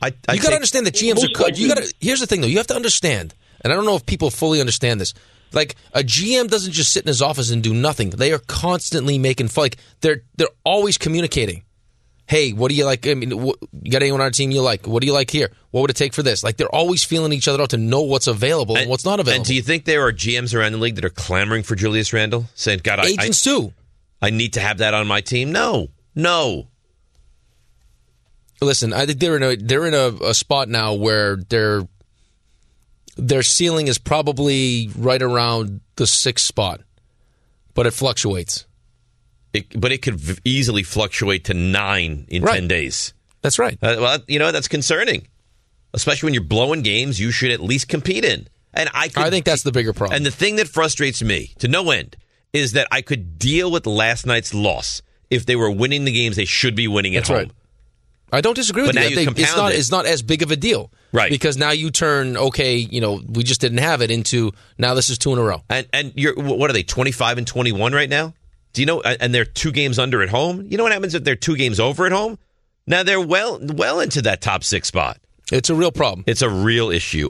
B: I, I
D: you got to understand that GMs are cut. You got to. Here's the thing, though. You have to understand, and I don't know if people fully understand this. Like a GM doesn't just sit in his office and do nothing. They are constantly making fu- like they're they're always communicating. Hey, what do you like? I mean, wh- you got anyone on our team you like? What do you like here? What would it take for this? Like they're always feeling each other out to know what's available and, what's not available.
B: And do you think there are GMs around the league that are clamoring for Julius Randle, saying, "God, I,
D: Agents
B: I,
D: too.
B: I need to have that on my team." No, no.
D: Listen, I think they're in a they're in a, a spot now where their their ceiling is probably right around the sixth spot, but it fluctuates.
B: It, but it could v- easily fluctuate to nine in ten days.
D: That's right.
B: Uh, well, you know that's concerning, especially when you're blowing games you should at least compete in. And I, could, I think
D: that's the bigger problem.
B: And the thing that frustrates me to no end is that I could deal with last night's loss if they were winning the games they should be winning
D: That's
B: at
D: right.
B: home.
D: I don't disagree with
B: But
D: you.
B: now
D: I
B: you
D: think it's
B: compound
D: not
B: it.
D: it's not as big of a deal, right? Because now you turn okay, you know, we just didn't have it into now this is two in a row.
B: And and you're wh- what are they twenty five and twenty one right now? Do you know? and- And they're two games under at home. You know what happens if they're two games over at home? Now they're well well into that top six spot.
D: It's a real problem.
B: It's a real issue.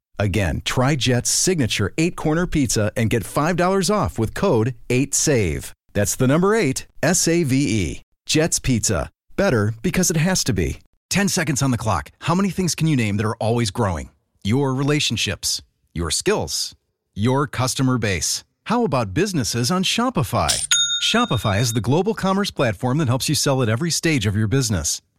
K: Again, try Jet's signature eight corner pizza and get $5 off with code 8SAVE. That's the number eight, S A V E. Jet's Pizza. Better because it has to be.
L: 10 seconds on the clock. How many things can you name that are always growing? Your relationships, your skills, your customer base. How about businesses on Shopify? Shopify is the global commerce platform that helps you sell at every stage of your business.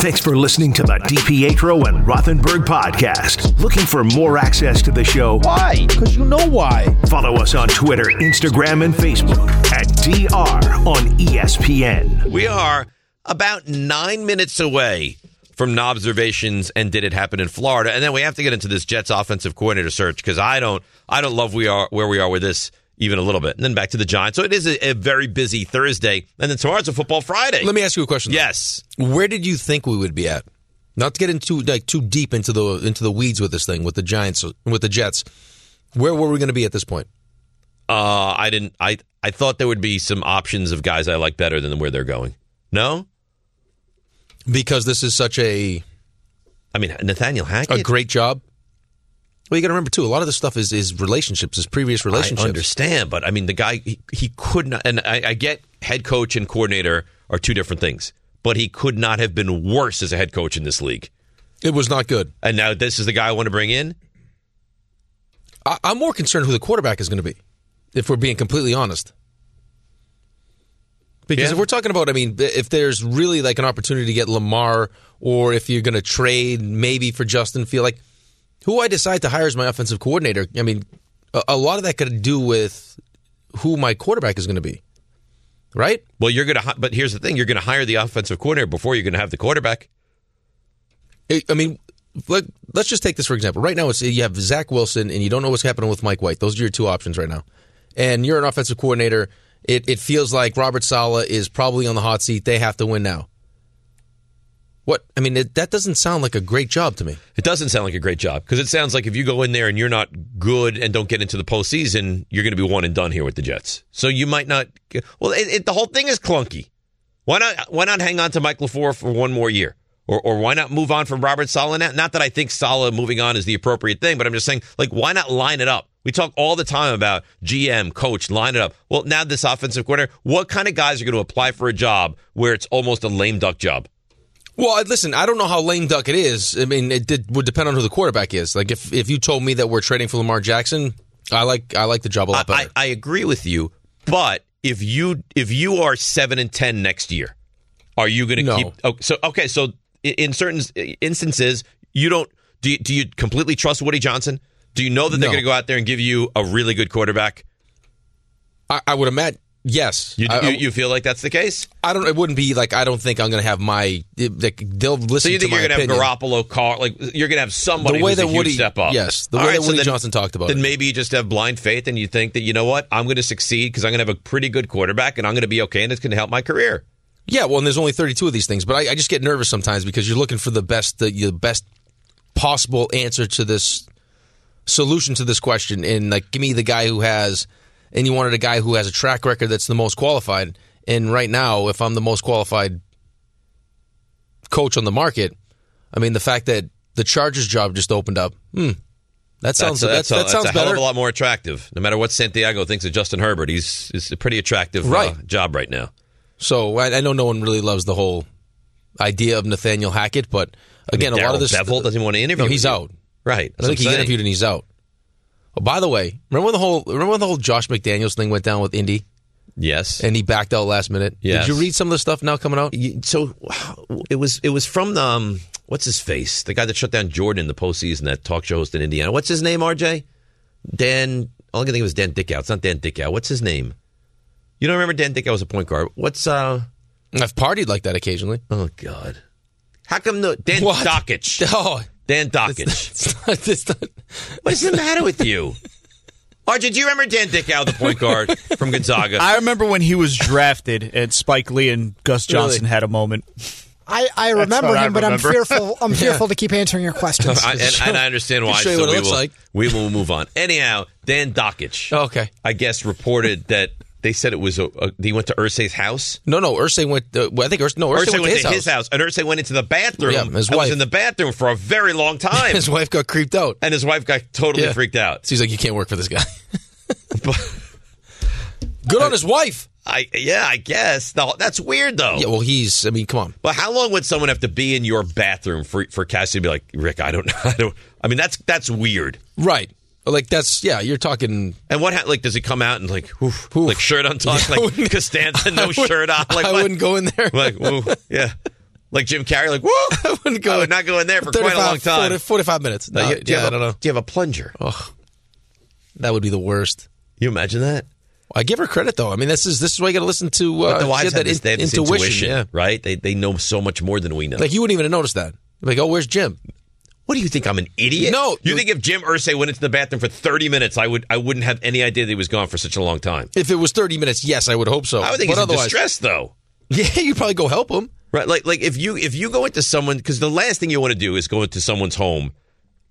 A: Thanks for listening to the DPetro and Rothenberg podcast. Looking for more access to the show? Why? Because you know why. Follow us on Twitter, Instagram, and Facebook at DR on E ESPN.
B: We are about nine minutes away from observations and did it happen in Florida? And then we have to get into this Jets offensive coordinator search because I don't I don't love we are where we are with this even a little bit. And then back to the Giants. So it is a, a very busy Thursday, and then tomorrow's a football Friday.
D: Let me ask you a question.
B: Yes.
D: Where did you think we would be at? Not to get into like too deep into the into the weeds with this thing with the Giants with the Jets. Where were we going to be at this point?
B: Uh, I didn't. I I thought there would be some options of guys I like better than where they're going. No,
D: because this is such a.
B: I mean, Nathaniel Hackett.
D: A great job. Well, you got to remember too. A lot of this stuff is is relationships, is previous relationships.
B: I understand, but I mean, the guy he, he could not, and I, I get head coach and coordinator are two different things, but he could not have been worse as a head coach in this league.
D: It was not good.
B: And now this is the guy I want to bring in.
D: I, I'm more concerned who the quarterback is going to be, if we're being completely honest. Because if we're talking about, I mean, if there's really like an opportunity to get Lamar, or if you're going to trade maybe for Justin Field, like who I decide to hire as my offensive coordinator, I mean, a, a lot of that could do with who my quarterback is going to be, right?
B: Well, you're going to, but here's the thing: you're going to hire the offensive coordinator before you're going to have the quarterback.
D: I I mean, let, let's just take this for example. Right now, it's you have Zach Wilson, and you don't know what's happening with Mike White. Those are your two options right now, and you're an offensive coordinator. It, it feels like Robert Sala is probably on the hot seat. They have to win now. What I mean, it, that doesn't sound like a great job to me.
B: It doesn't sound like a great job because it sounds like if you go in there and you're not good and don't get into the postseason, you're going to be one and done here with the Jets. So you might not. get- Well, it, it, the whole thing is clunky. Why not? Why not hang on to Mike LaFleur for one more year, or or why not move on from Robert Sala? Now? Not that I think Sala moving on is the appropriate thing, but I'm just saying, like, why not line it up? We talk all the time about GM, coach, line it up. Well, now this offensive coordinator, what kind of guys are going to apply for a job where it's almost a lame duck job?
D: Well, I- listen, I don't know how lame duck it is. I mean, it did, would depend on who the quarterback is. Like if if you told me that we're trading for Lamar Jackson, I like I like the job a lot better.
B: I agree with you, but if you if you are seven and ten next year, are you going to
D: No.
B: keep? Oh, so okay, so i- in certain instances, you don't do. You, do you completely trust Woody Johnson? Do you know that they're
D: No.
B: going to go out there and give you a really good quarterback?
D: I, I would imagine. Yes,
B: You,
D: I- I-
B: you, you feel like that's the case.
D: I don't. It wouldn't be like I don't think I'm going to have my. it- like, they'll listen.
B: So you think
D: to
B: you're
D: going
B: gonna
D: to my opinion.
B: have Garoppolo, Carr? Like you're going to have somebody
D: The way
B: who's
D: that
B: a huge
D: Woody-
B: step up?
D: yes, the way that Woody Johnson talked about
B: Then
D: it.
B: maybe you just have blind faith and you think that you know what I'm going to succeed because I'm going to have a pretty good quarterback and I'm going to be okay and it's going to help my career.
D: Yeah, well, and there's only 32 of these things, but I, I just get nervous sometimes because you're looking for the best, the, the best possible answer to this solution to this question, and like, give me the guy who has, and you wanted a guy who has a track record that's the most qualified, and right now, if I'm the most qualified coach on the market, I mean, the fact that the Chargers job just opened up, hmm, that sounds
B: that's,
D: that,
B: a,
D: that sounds
B: that's a
D: better.
B: hell of a lot more attractive. No matter what Santiago thinks of Justin Herbert, he's it's a pretty attractive uh,
D: Right.
B: job right now.
D: So I, I know no one really loves the whole idea of Nathaniel Hackett, but
B: I mean,
D: again, a lot
B: Daryl
D: of this
B: Bevell doesn't even want to interview
D: No, he's
B: with you.
D: out.
B: Right.
D: I
B: That's
D: think
B: what
D: he
B: I'm saying.
D: interviewed and he's out. Oh, by the way, remember when the whole remember when the whole Josh McDaniels thing went down with Indy?
B: Yes.
D: And he backed out last minute.
B: Yes.
D: Did you read some of the stuff now coming out?
B: So It was it was from the um, what's his face, the guy that shut down Jordan in the postseason, that talk show host in Indiana. What's his name? RJ Dan. All I can think of is Dan Dickow. It's not Dan Dickow. What's his name? You don't remember Dan Dickow was a point guard. What's uh?
D: I've partied like that occasionally.
B: Oh God. How come no Dan
D: What?
B: Dockich?
D: Oh,
B: Dan Dockich. What's the matter with you? RJ, do you remember Dan Dickow, the point guard from Gonzaga?
F: I remember when he was drafted, and Spike Lee and Gus Johnson
B: Really?
F: had a moment.
E: I, I
F: That's
E: remember
F: what
E: him,
F: I
E: but I'm
F: remember.
E: fearful. I'm
F: Yeah.
E: fearful to keep answering your questions.
B: I- and, and I understand
D: Can
B: why.
D: show you
B: so
D: what it
B: we
D: looks
B: will,
D: like.
B: we will move on. Anyhow, Dan Dockich.
D: Okay.
B: I guess reported that they said it was a, a uh, he went to Ursay's house.
D: No, no, Ursay went. Uh, well, I think Ursay, no, Ursay,
B: Ursay
D: went, to his, house.
B: and Ursay went into the bathroom.
D: Yeah, his
B: and was
D: wife.
B: in the bathroom for a very long time.
D: His wife got creeped out,
B: and his wife got totally
D: Yeah.
B: freaked out.
D: So he's like, "You can't work for this guy." Good on his wife.
B: I yeah, I guess. No, that's weird though.
D: Yeah, well, he's. I mean, come on.
B: But how long would someone have to be in your bathroom for for Cassie to be like, Rick? I don't, I don't. I mean, that's that's weird.
D: Right. Like that's yeah. You're talking.
B: And what ha- like does he come out and like oof, like shirt untucked like Costanza no shirt on like
D: I
B: what?
D: wouldn't go in there.
B: like ooh, yeah like Jim Carrey like woo I
D: wouldn't go
B: I would not go in there for quite a long
D: 35,
B: time Uh,
D: 40, 45 minutes.
B: Now,
D: No,
B: you- do you
D: yeah,
B: have
D: I
B: a-
D: don't know.
B: do you have a plunger?
D: Oh, that would be the worst.
B: You imagine that?
D: I give her credit though. I mean, this is this is why you got to listen to. Uh,
B: but the
D: she
B: wives
D: had
B: have this,
D: in-
B: they have this intuition,
D: intuition.
B: right they they know so much more than we know
D: Yeah. Like you wouldn't even have noticed that. Like, oh, where's Jim?
B: What do you think? I'm an idiot.
D: No,
B: you think if Jim Ursay went into the bathroom for 30 minutes, I would I wouldn't have any idea that he was gone for such a long time.
D: If it was 30 minutes, yes, I would hope so.
B: I would think
D: but
B: he's
D: otherwise,
B: in distress though.
D: Yeah, you probably go help him.
B: Right, like like if you if you go into someone because the last thing you want to do is go into someone's home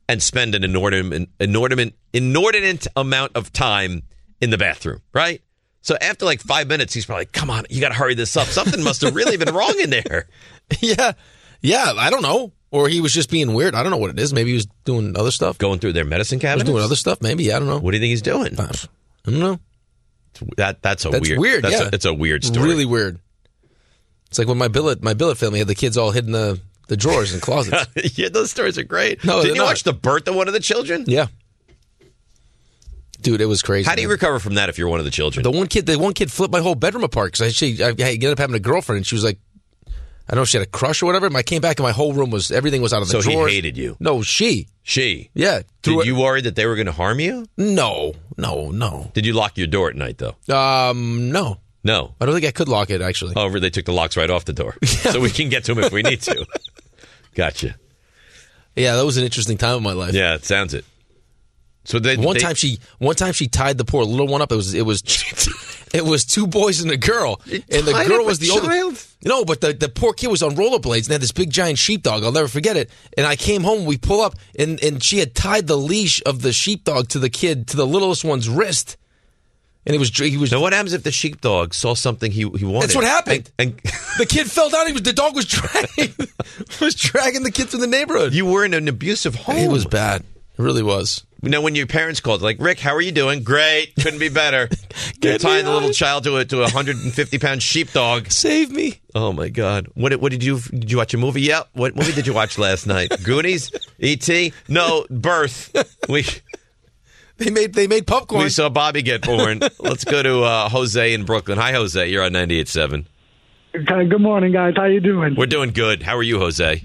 B: and spend an inordinate inordinate inordinate amount of time in the bathroom, right? So after like five minutes, he's probably, "Come on, you got to hurry this up. Something must have really been wrong in there."
D: Yeah, yeah. I don't know, or he was just being weird. I don't know what it is. Maybe he was doing other stuff,
B: going through their medicine cabinet,
D: doing other stuff. Maybe I don't know.
B: What do you think he's doing? I
D: don't know.
B: That that's a
D: That's
B: weird.
D: weird,
B: That's
D: yeah.
B: a, it's a weird story.
D: Really weird. It's like when my billet my billet family had the kids all hid in the, the drawers and closets.
B: yeah, those stories are great.
D: No,
B: did
D: they're
B: you
D: not.
B: watch the birth of one of the children?
D: yeah. Dude, it was crazy.
B: How do you recover from that if you're one of the children?
D: The one kid, the one kid flipped my whole bedroom apart because I, she, I, I ended up having a girlfriend, and she was like, I don't know, if she had a crush or whatever. And I came back, and my whole room was everything was out of the
B: So he
D: drawers.
B: hated you?
D: No, Oh, she,
B: She.
D: yeah,
B: Did
D: threw it-
B: you worry that they were going to harm you?
D: No, no, no.
B: Did you lock your door at night though?
D: Um, no,
B: No.
D: I don't think I could lock it actually.
B: However, they took the locks right off the door, so we can get to them if we need to. gotcha.
D: Yeah, that was an interesting time of my life.
B: Yeah, it sounds it. So they
D: One
B: they-
D: time she, one time she tied the poor little one up. It was, it was, it was two boys and a girl, and the
B: tied
D: girl
B: up
D: was
B: a
D: the older.
B: child?
D: No, but the, the poor kid was on rollerblades and had this big giant sheepdog. I'll never forget it. And I came home, we pull up, and and she had tied the leash of the sheepdog to the kid to the littlest one's wrist, and it was he was.
B: Now, what happens if the sheepdog saw something he he wanted?
D: That's what happened.
B: And, and-
D: The kid fell down. He was the dog was dragging was dragging the kid through the neighborhood.
B: you were in an abusive home.
D: It was bad. It really was.
B: Now, when your parents called, like Rick, how are you doing? Great, couldn't be better. You're tying the little child to a to a hundred and fifty pound sheepdog.
D: Save me.
B: Oh my God! What did- what did you did you watch a movie? Yeah. What movie did you watch last night? Goonies, E.T. No, Birth. We
D: They made they made popcorn.
B: we saw Bobby get born. Let's go to uh, Jose in Brooklyn. Hi, Jose. You're on 98.7.
M: Okay, Good morning, guys. How you doing?
B: We're doing good. How are you, Jose?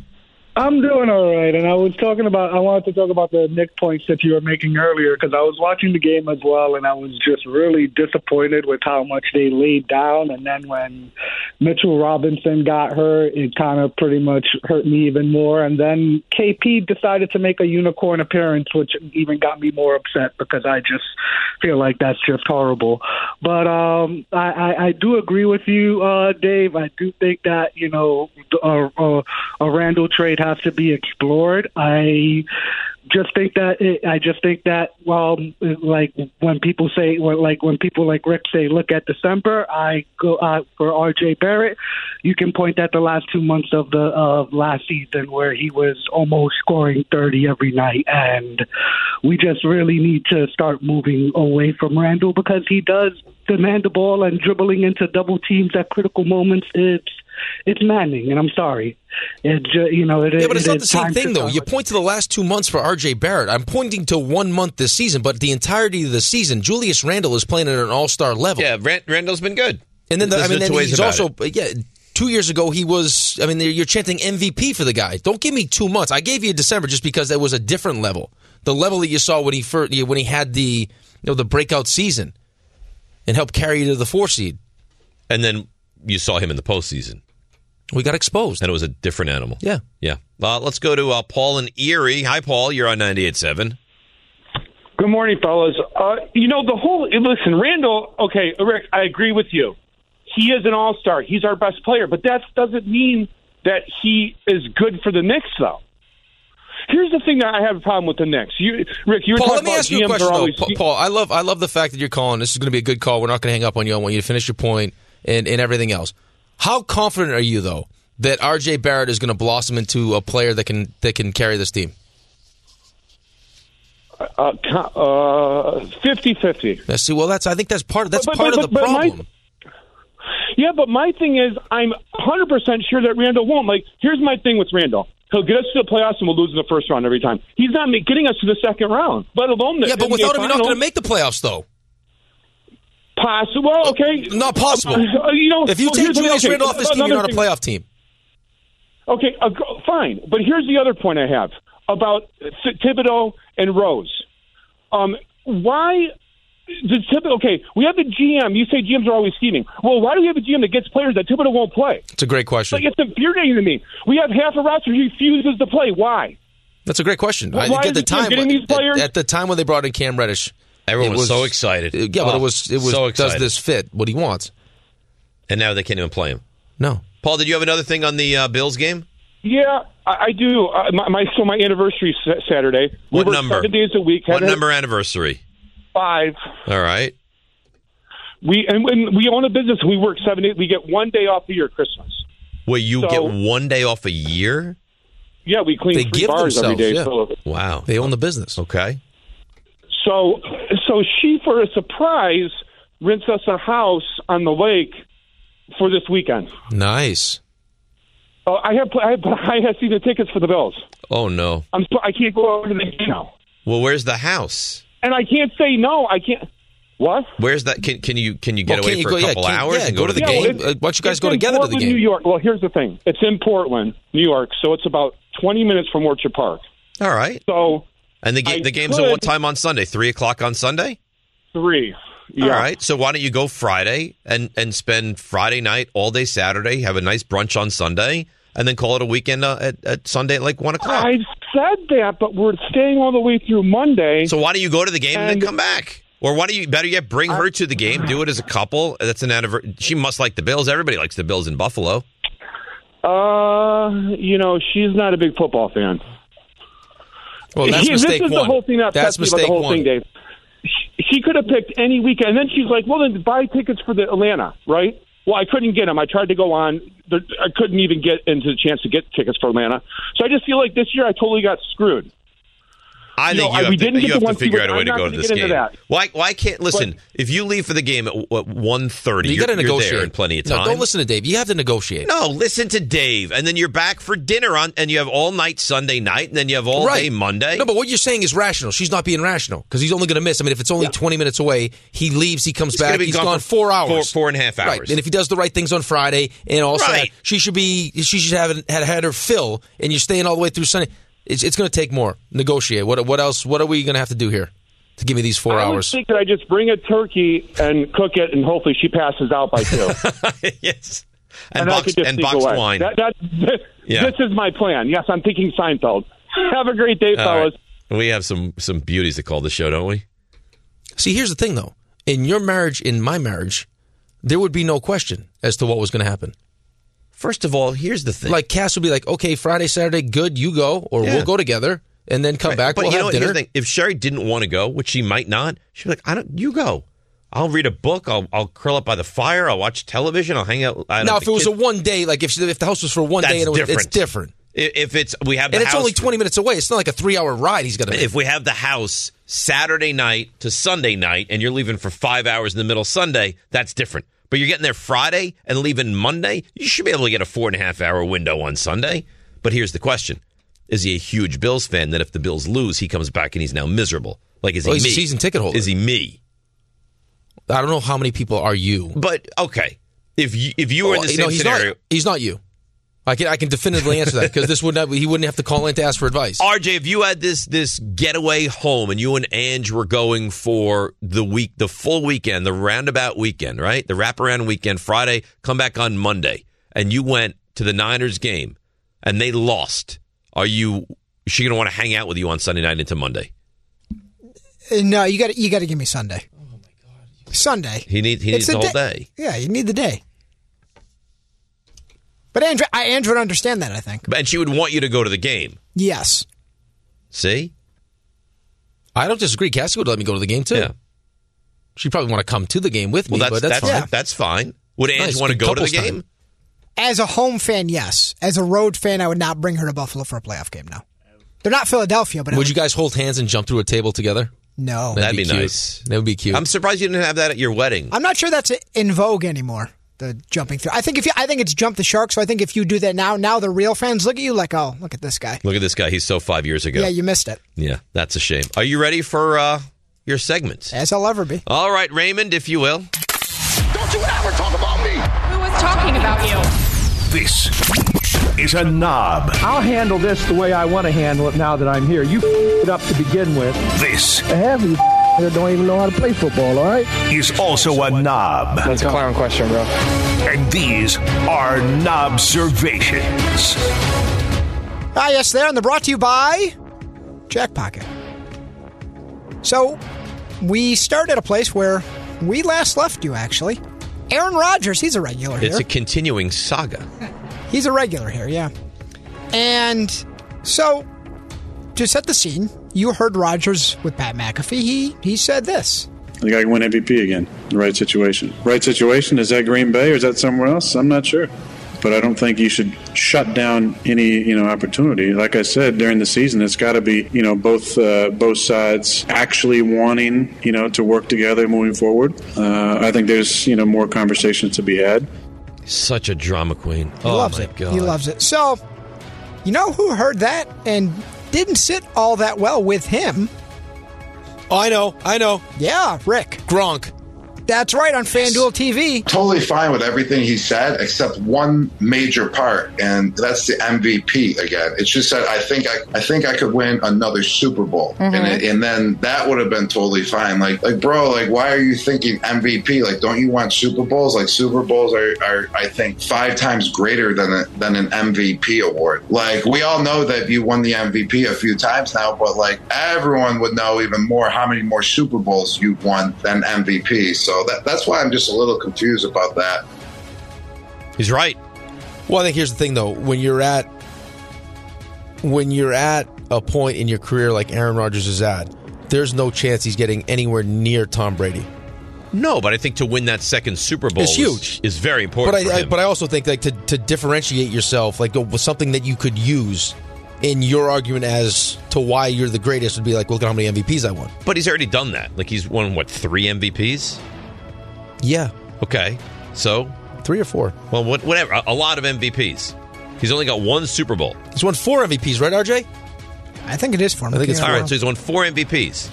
M: I'm doing all right. And I was talking about, I wanted to talk about the Nick points that you were making earlier because I was watching the game as well, and I was just really disappointed with how much they laid down. And then when Mitchell Robinson got hurt, it kind of pretty much hurt me even more. And then KP decided to make a unicorn appearance, which even got me more upset because I just feel like that's just horrible. But um, I, I, I do agree with you, uh, Dave. I do think that you know a, a, a Randall trade has to be explored. I just think that it, I just think that well, like when people say well, like when people like Rick say, look at December. I go uh, for RJ Barrett. You can point at the last two months of the of last season where he was almost scoring thirty every night, and we just really need to start moving away from Randall because he does demand the ball and dribbling into double teams at critical moments. It's it's Manning, and I'm sorry. It ju- you know it is.
D: Yeah, but it's
M: it
D: not
M: is
D: the same
M: time to
D: thing, though.
M: start
D: You point to the last two months for RJ Barrett. I'm pointing to one month this season, but the entirety of the season, Julius Randle is playing at an all star level.
B: Yeah, Rand- Randall's been good.
D: And then, the, I
B: There's no
D: mean, then
B: two ways
D: he's
B: about
D: also,
B: it.
D: yeah, two years ago, he was, I mean, you're chanting MVP for the guy. Don't give me two months. I gave you December just because that was a different level. The level that you saw when he first, when he had the, you know, the breakout season and helped carry you to the four seed.
B: And then you saw him in the postseason,
D: We got exposed.
B: and it was a different animal.
D: Yeah.
B: Yeah. Uh, let's go to uh, Paul in Erie. Hi, Paul. You're on 98.7.
N: Good morning, fellas. Uh, you know, the whole listen, Randall. Okay, Rick, I agree with you. He is an all star. He's our best player, but that doesn't mean that he is good for the Knicks, though. Here's the thing that I have a problem with the Knicks. You, Rick, you were
D: Paul, let
N: talking
D: me
N: about
D: ask you
N: GMs
D: a question
N: are
D: though.
N: always
D: Pa- Paul, I love I love the fact that you're calling. This is going to be a good call. We're not going to hang up on you. I want you to finish your point and and everything else. How confident are you though that RJ Barrett is going to blossom into a player that can that can carry this team?
N: uh, co- uh, 50-50.
D: Now, see, well, that's I think that's part that's
N: But- but-
D: part
N: but-
D: of the
N: but my-
D: problem.
N: Yeah, but my thing is, I'm 100% sure that Randall won't. Like, here's my thing with Randall. He'll get us to the playoffs and we'll lose in the first round every time. He's not ma- getting us to the second round, let alone the
D: yeah, but
N: NBA
D: without him, you're not
N: finals.
D: going to make the playoffs though.
N: Possible, okay.
D: Not possible.
N: Uh, you know,
D: if you
N: well,
D: take
N: here's the-
D: Julius
N: okay,
D: Randle off this team,
N: another
D: you're not a
N: thing.
D: playoff team.
N: Okay, uh, go- fine. But here's the other point I have about Th- Thibodeau and Rose. Um, why the tip, okay, we have the GM. You say GMs are always scheming. Well, why do we have a GM that gets players that Thibodeau won't play?
D: It's a great question.
N: Like it's infuriating to me. We have half a roster who refuses to play. Why?
D: That's a great question.
N: Why
D: I think
N: is
D: at the
N: the team
D: time,
N: getting these
D: at, at the time when they brought in Cam Reddish,
B: Everyone
D: it
B: was, so excited.
D: Yeah, but it was it was
B: so
D: does
B: excited.
D: this fit what he wants?
B: And now they can't even play him.
D: No.
B: Paul, did you have another thing on the uh, Bills game?
N: Yeah, I, I do. Uh, my, my so my anniversary sa- Saturday. We
B: What
N: work
B: number?
N: Seven days a week.
B: What
N: Had-
B: number anniversary?
N: Five.
B: All right.
N: We and, and we own a business. We work seven. days. We get one day off a year, Christmas.
B: Well, you
N: So-
B: get one day off a year.
N: Yeah, we clean three bars every day. full of it.
B: Wow,
D: they own the business.
B: Okay,
N: So, so she, for a surprise, rents us a house on the lake for this weekend.
D: Nice.
N: Oh, I have, I have, I have seen the tickets for the Bills.
B: Oh no.
N: I'm, so, I can't go over to the game now,
B: Well, where's the house?
N: and I can't say no. I can't. What?
B: Where's that? Can can you can you get
D: Well,
B: away
D: can't you
B: for
D: go-
B: a
D: yeah,
B: couple
D: can't-
B: hours
D: yeah,
B: and
D: go
B: go,
D: to
B: to
D: the
B: the game?
D: game. Uh, why don't you guys go together to the
N: Portland,
D: game?
N: New York. Well, here's the thing. It's in Portland, New York, so it's about 20 minutes from Orchard Park.
B: All right.
N: So
B: And the
N: I
B: game the game's
N: could-
B: at what time on Sunday? Three o'clock on Sunday.
N: Three. Yeah.
B: All right. So why don't you go Friday and and spend Friday night all day Saturday, have a nice brunch on Sunday, and then call it a weekend uh, at, at Sunday at like one o'clock.
N: I said that, but we're staying all the way through Monday.
B: So why do you go to the game and,
N: And-
B: then come back? Or why do you better yet bring her to the game? Do it as a couple. That's an anniversary. She must like the Bills. Everybody likes the Bills in Buffalo.
N: Uh, you know, she's not a big football fan.
D: Well, that's
N: She-
D: mistake
N: this is
D: one.
N: the whole thing that
D: That's
N: upsets me about
D: mistake
N: the whole
D: one.
N: thing, Dave. She, she could have picked any weekend, and then she's like, "Well, then buy tickets for the Atlanta, right?" Well, I couldn't get them. I tried to go on. There- I couldn't even get into the chance to get tickets for Atlanta. So I just feel like this year I totally got screwed.
B: I
N: You
B: think
N: know,
B: you
N: I-
B: have,
N: we
B: to,
N: didn't
B: you
N: get
B: have
N: the
B: to
N: ones
B: figure
N: people-
B: out a way
N: I'm
B: to
N: not
B: go to
N: gonna
B: this
N: get into
B: game.
N: that.
B: Why? Why can't listen? if you leave for the game at one thirty,
D: You
B: you're,
D: got to
B: you're
D: negotiate.
B: there in plenty of
D: No,
B: time.
D: don't listen to Dave. You have to negotiate.
B: No, listen to Dave, and then you're back for dinner on, and you have all night Sunday night, and then you have all
D: Right.
B: day Monday.
D: No, but what you're saying is rational. She's not being rational because he's only going to miss. I mean, if it's only 20 minutes away, he leaves, he comes
B: He's gonna
D: back,
B: be
D: he's
B: gone
D: gone,
B: for
D: four hours,
B: four- four and a half
D: Right.
B: hours.
D: And if he does the right things on Friday and all
B: Right.
D: Saturday, she should be, she should have had had her fill. And you're staying all the way through Sunday. It's, it's going to take more. Negotiate. What what else? What are we going to have to do here to give me these four
N: I
D: hours?
N: was thinking I just bring a turkey and cook it, and hopefully she passes out by two.
B: yes,
N: and, I
B: boxed-
N: could just
B: and
N: sneak
B: boxed
N: away.
B: wine.
N: That, that,
B: Yeah.
N: This is my plan. Yes, I'm thinking Seinfeld. Have a great day,
B: All
N: fellas.
B: right. We have some some beauties that call the show, don't we?
D: See, here's the thing, though. In your marriage, in my marriage, there would be no question as to what was going to happen.
B: First of all, here's the thing.
D: Like, Cass would be like, okay, Friday, Saturday, good, you go, or
B: Yeah.
D: we'll go together, and then come back,
B: But
D: we'll
B: you know
D: have
B: what?
D: dinner.
B: Here's the thing. If Sherry didn't want to go, which she might not, she'd be like, "I don't. You go. I'll read a book. I'll I'll curl up by the fire. I'll watch television. I'll hang out." I don't know,
D: Now, if it
B: the
D: was
B: kids-
D: a one day, like if, she- if the house was for one
B: That's
D: day, and it was, it's
B: different.
D: different.
B: I- if it's we have the
D: And it's
B: house
D: only 20 minutes away. It's not like a three hour ride he's going to
B: if we have the house Saturday night to Sunday night, and you're leaving for five hours in the middle of Sunday, that's different. But you're getting there Friday and leaving Monday. You should be able to get a four and a half hour window on Sunday. But here's the question: Is he a huge Bills fan that if the Bills lose, he comes back and he's now miserable? Like is
D: Oh,
B: he
D: he's a
B: me?
D: season ticket holder.
B: Is he me?
D: I don't know how many people are you.
B: But okay, if you if you were in the same
D: no, Oh, he's
B: scenario,
D: Not, he's not you. I can, I can definitively answer that because this would not, he wouldn't have to call in to ask for advice.
B: RJ, if you had this this getaway home and you and Ange were going for the week, the full weekend, the roundabout weekend, right? The wraparound weekend, Friday, come back on Monday, and you went to the Niners game and they lost. Are you? Is she gonna want to hang out with you on Sunday night into Monday?
E: Uh, No, you got to you got to give me Sunday. Oh my god, Sunday.
B: He needs he needs
E: It's
B: the
E: a
B: whole
E: da-
B: day.
E: Yeah, you need the day. But Andrew, I Andrew would understand that. I think
B: and she would want you to go to the game.
E: yes.
B: See,
D: I don't disagree. Cassie would let me go to the game too.
B: Yeah.
D: She probably want to come to the game with
B: well
D: me,
B: that's
D: but that's,
B: that's that's
D: fine.
B: fine. Would Ange
D: Nice,
B: want to
D: good
B: go to the
D: couples
B: game?
D: time.
E: As a home fan, yes. As a road fan, I would not bring her to Buffalo for a playoff game. No, they're not Philadelphia, but I
D: Would you guys hold hands and jump through a table together?
E: No,
B: That'd be
D: cute.
B: nice.
D: That would be cute.
B: I'm surprised you didn't have that at your wedding.
E: I'm not sure that's in vogue anymore. The jumping through. I think if you, I think it's jump the shark. So I think if you do that now, now the real fans look at you like, oh, look at this guy.
B: Look at this guy. He's so five years ago.
E: Yeah, you missed it.
B: Yeah, that's a shame. Are you ready for uh, your segments?
E: As I'll ever be.
B: All right, Raymond, if you will.
O: Don't you ever talk about me. Who was
H: talking about you?
A: This is a knob.
P: I'll handle this the way I want to handle it now that I'm here. You f***ed up to begin with.
A: This
P: Have you that don't even know how to play football, all right?
A: Is also a knob. That's a clown question, bro. And these are knobservations.
E: Ah, yes, there, and they're brought to you by Jackpocket. So, we start at a place where we last left you, actually. Aaron Rodgers, he's a regular
B: It's a
E: here.
B: continuing saga.
E: he's a regular here, yeah. And so, to set the scene, you heard Rodgers with Pat McAfee. He he said this.
Q: The guy can win MVP again in the right situation. Right situation, is that Green Bay or is that somewhere else? I'm not sure. But I don't think you should shut down any you know opportunity. Like I said during the season, it's got to be you know both uh, both sides actually wanting you know to work together moving forward. Uh, I think there's you know more conversations to be had.
B: Such a drama queen.
E: He
B: oh
E: loves
B: my
E: it.
B: god.
E: He loves it. So, you know who heard that and didn't sit all that well with him?
D: Oh, I know. I know.
E: Yeah, Rick.
D: Gronk.
E: That's right on FanDuel TV.
R: Totally fine with everything he said, except one major part, and that's the MVP again. It's just that I think I, I think I could win another Super Bowl,
S: Mhm.
E: Mm-hmm.
R: and it, and then that would have been totally fine. Like like bro, like why are you thinking MVP? Like don't you want Super Bowls? Like Super Bowls are, are I think five times greater than a, than an MVP award. Like we all know that you won the MVP a few times now, but like everyone would know even more how many more Super Bowls you've won than MVP. So that, that's why I'm just a little confused about that.
B: He's right.
D: Well, I think here's the thing though, when you're at when you're at a point in your career like Aaron Rodgers is at, there's no chance he's getting anywhere near Tom Brady.
B: No, but I think to win that second Super Bowl
D: It's
B: is
D: huge.
B: Is very important.
D: But
B: for
D: I, I
B: him.
D: but I also think like to, to differentiate yourself, like with something that you could use in your argument as to why you're the greatest would be like, look at how many MVPs I won.
B: But he's already done that. Like he's won what three MVPs?
D: Yeah,
B: Okay, so
D: three or four.
B: Well, what, whatever. A, a lot of MVPs. He's only got one Super Bowl.
D: he's won four MVPs, right, RJ?
E: I think it is for him.
B: all right. So he's won four MVPs,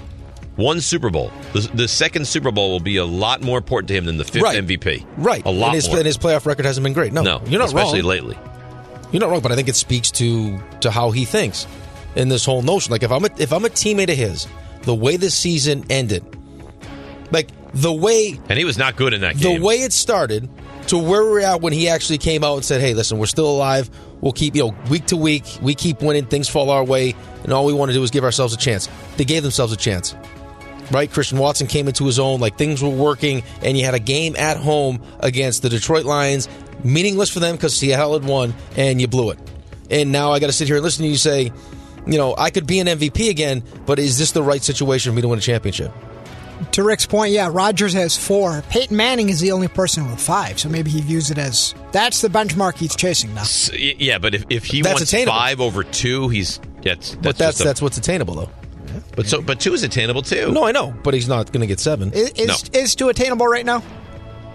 B: one Super Bowl. The, the second Super Bowl will be a lot more important to him than the fifth
D: Right.
B: MVP.
D: Right.
B: A lot
D: and his,
B: more.
D: and his playoff record hasn't been great. No,
B: no,
D: you're not
B: especially
D: wrong.
B: lately.
D: You're not wrong, but I think it speaks to to how he thinks in this whole notion. Like if I'm a, if I'm a teammate of his, the way this season ended, like the way
B: And he was not good in that
D: the
B: game.
D: way it started to where we're at when he actually came out and said, "Hey, listen, we're still alive. We'll keep you know week to week. We keep winning. Things fall our way, and all we want to do is give ourselves a chance." They gave themselves a chance, right? Christian Watson came into his own. Like things were working, and you had a game at home against the Detroit Lions, meaningless for them because Seattle had won, and you blew it. And now I got to sit here and listen to you say, you know, I could be an MVP again, but is this the right situation for me to win a championship?
E: To Rick's point, yeah, Rodgers has four. Peyton Manning is the only person with five, so maybe he views it as that's the benchmark he's chasing now.
B: So, y- yeah, but if, if he
D: That's
B: wants
D: attainable.
B: five over two, he's that's that's
D: but that's
B: just a-
D: that's what's attainable though.
B: but so but two is attainable too.
D: No, I know, but he's not going to get seven.
E: Is is, is two attainable right now?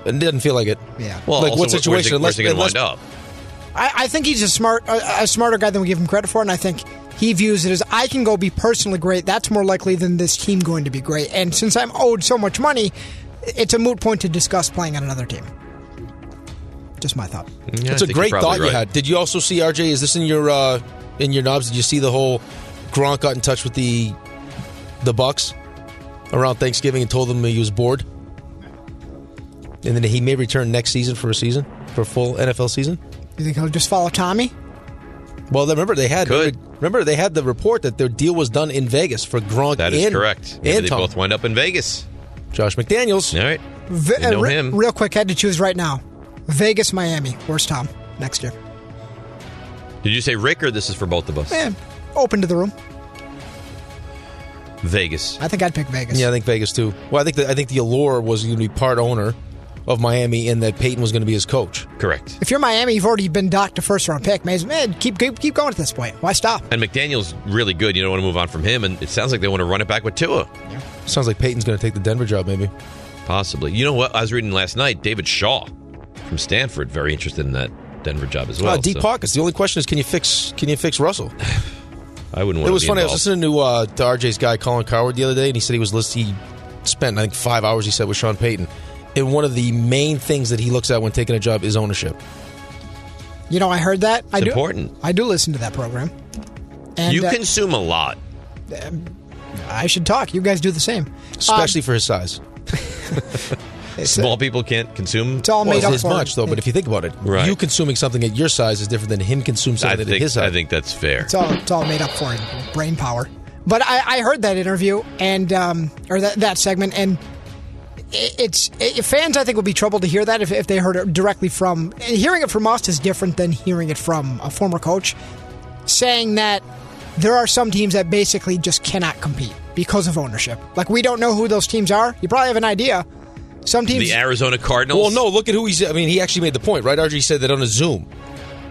D: It doesn't feel like it.
E: Yeah.
B: Well,
D: like what
B: also, where's it-
D: situation? unless,
B: where's it going to
D: unless-
B: wind up?
E: I, I think he's a smart, a, a smarter guy than we give him credit for, and I think he views it as I can go be personally great. That's more likely than this team going to be great. And since I'm owed so much money, it's a moot point to discuss playing on another team. Just my thought.
B: Yeah,
D: That's a
B: I think
D: great
B: you're
D: thought
B: probably
D: you
B: right.
D: had. Did you also see RJ? Is this in your uh in your knobs? Did you see the whole Gronk got in touch with the the Bucks around Thanksgiving and told them he was bored, and then he may return next season for a season for a full NFL season.
E: You think he'll just follow Tommy?
D: Well, remember they had remember they had the report that their deal was done in Vegas for Gronk.
B: That is
D: and-
B: correct. Maybe
D: And
B: they
D: Tom.
B: both wind up in Vegas.
D: Josh McDaniels.
B: All right.
E: Ve-
B: They know
E: uh, re-
B: him.
E: Real quick, had to choose right now. Vegas, Miami. Where's Tom next year?
B: Did you say Rick or this is for both of us?
D: Eh.
E: Man, Eh, open to the room.
B: Vegas.
E: I think I'd pick Vegas.
D: Yeah, I think Vegas too. Well, I think the, I think the allure was going to be part owner of Miami, and that Peyton was going to be his coach.
B: Correct.
E: If you're Miami, you've already been docked a first round pick. Man, man, keep, keep keep going at this point. Why stop?
B: And McDaniel's really good. You don't want to move on from him. And it sounds like they want to run it back with Tua.
D: Sounds like Peyton's going to take the Denver job, maybe.
B: Possibly. You know what? I was reading last night, David Shaw from Stanford, very interested in that Denver job as well.
D: uh, deep
B: so
D: pockets. The only question is, can you fix? Can you fix Russell?
B: I wouldn't want
D: It was
B: to be
D: funny. I
B: involved.
D: was listening to, uh, to RJ's guy Colin Coward the other day, and he said he was list- he spent I think five hours. He said with Sean Payton, and one of the main things that he looks at when taking a job is ownership.
E: You know, I heard that. I
D: It's
E: do,
D: important.
E: I do listen to that program. And,
B: you
E: uh,
B: consume a lot.
E: I should talk. You guys do the same. Um,
D: especially for his size.
B: Small people can't consume. It's
E: all
D: well,
E: made up
D: as
E: for.
D: much though. But if you think about it,
B: Right.
D: you consuming something at your size is different than him consuming
B: I
D: something at
B: think,
D: his size.
B: I think that's fair.
E: It's all Oh, it's all made up for in brain power. But I, I heard that interview and um, or that that segment and i- it's i fans I think would be troubled to hear that if, if they heard it directly from and hearing it from us is different than hearing it from a former coach saying that there are some teams that basically just cannot compete because of ownership. Like we don't know who those teams are. You probably have an idea. Some teams
B: The Arizona Cardinals.
D: Well, no, look at who he's. I mean, he actually made the point, right? RG said that on a Zoom,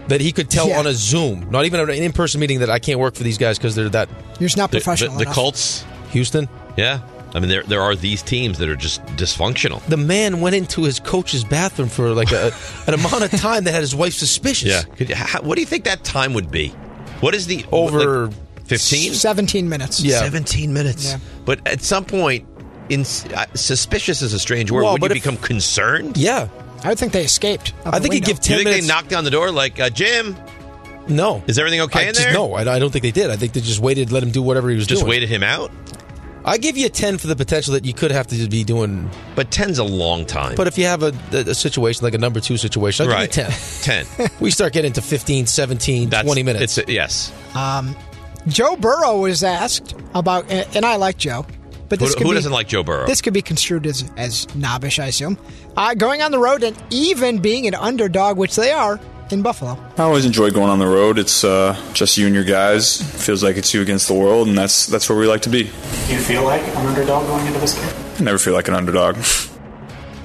D: that he could tell
E: Yeah.
D: on a Zoom, not even on an in-person meeting, that I can't work for these guys because they're that.
E: You're just not
B: The-
E: professional.
B: The, the
E: enough.
B: Colts,
D: Houston.
B: Yeah, I mean there there are these teams that are just dysfunctional.
D: The man went into his coach's bathroom for like a, an amount of time that had his wife suspicious.
B: Yeah. Could, how, what do you think that time would be? What is the
D: Over
B: fifteen?
E: 17 minutes.
B: seventeen minutes.
E: Yeah.
B: But at some point, in, uh, suspicious is a strange word.
E: Well,
B: would
E: but
B: you
E: if-
B: become concerned?
D: Yeah,
E: I would think they escaped. out the window.
B: You think they knocked down the door like uh, Jim?
D: No.
B: Is everything okay
D: I
B: in
D: just-
B: there?
D: No, I, I don't think they did. I think they just waited, let him do whatever he was
B: Just
D: doing.
B: waited him out.
D: I give you a 10 for the potential that you could have to be doing.
B: But 10's a long time.
D: But if you have a, a, a situation like a number two situation, I'll
B: Right.
D: give you
B: 10. 10.
D: we start getting to 15, 17, 20 minutes.
B: It's a, yes.
E: Um, Joe Burrow was asked about, and and I like Joe, but this
B: Who-
E: could
B: who
E: be-
B: doesn't like Joe Burrow?
E: This could be construed as as knobbish, I assume. Uh, going on the road and even being an underdog, which they are in Buffalo.
S: I always enjoy going on the road. It's uh, just you and your guys. Feels like it's you against the world, and that's that's where we like to be.
T: Do you feel like an underdog going into this game?
S: I never feel like an underdog.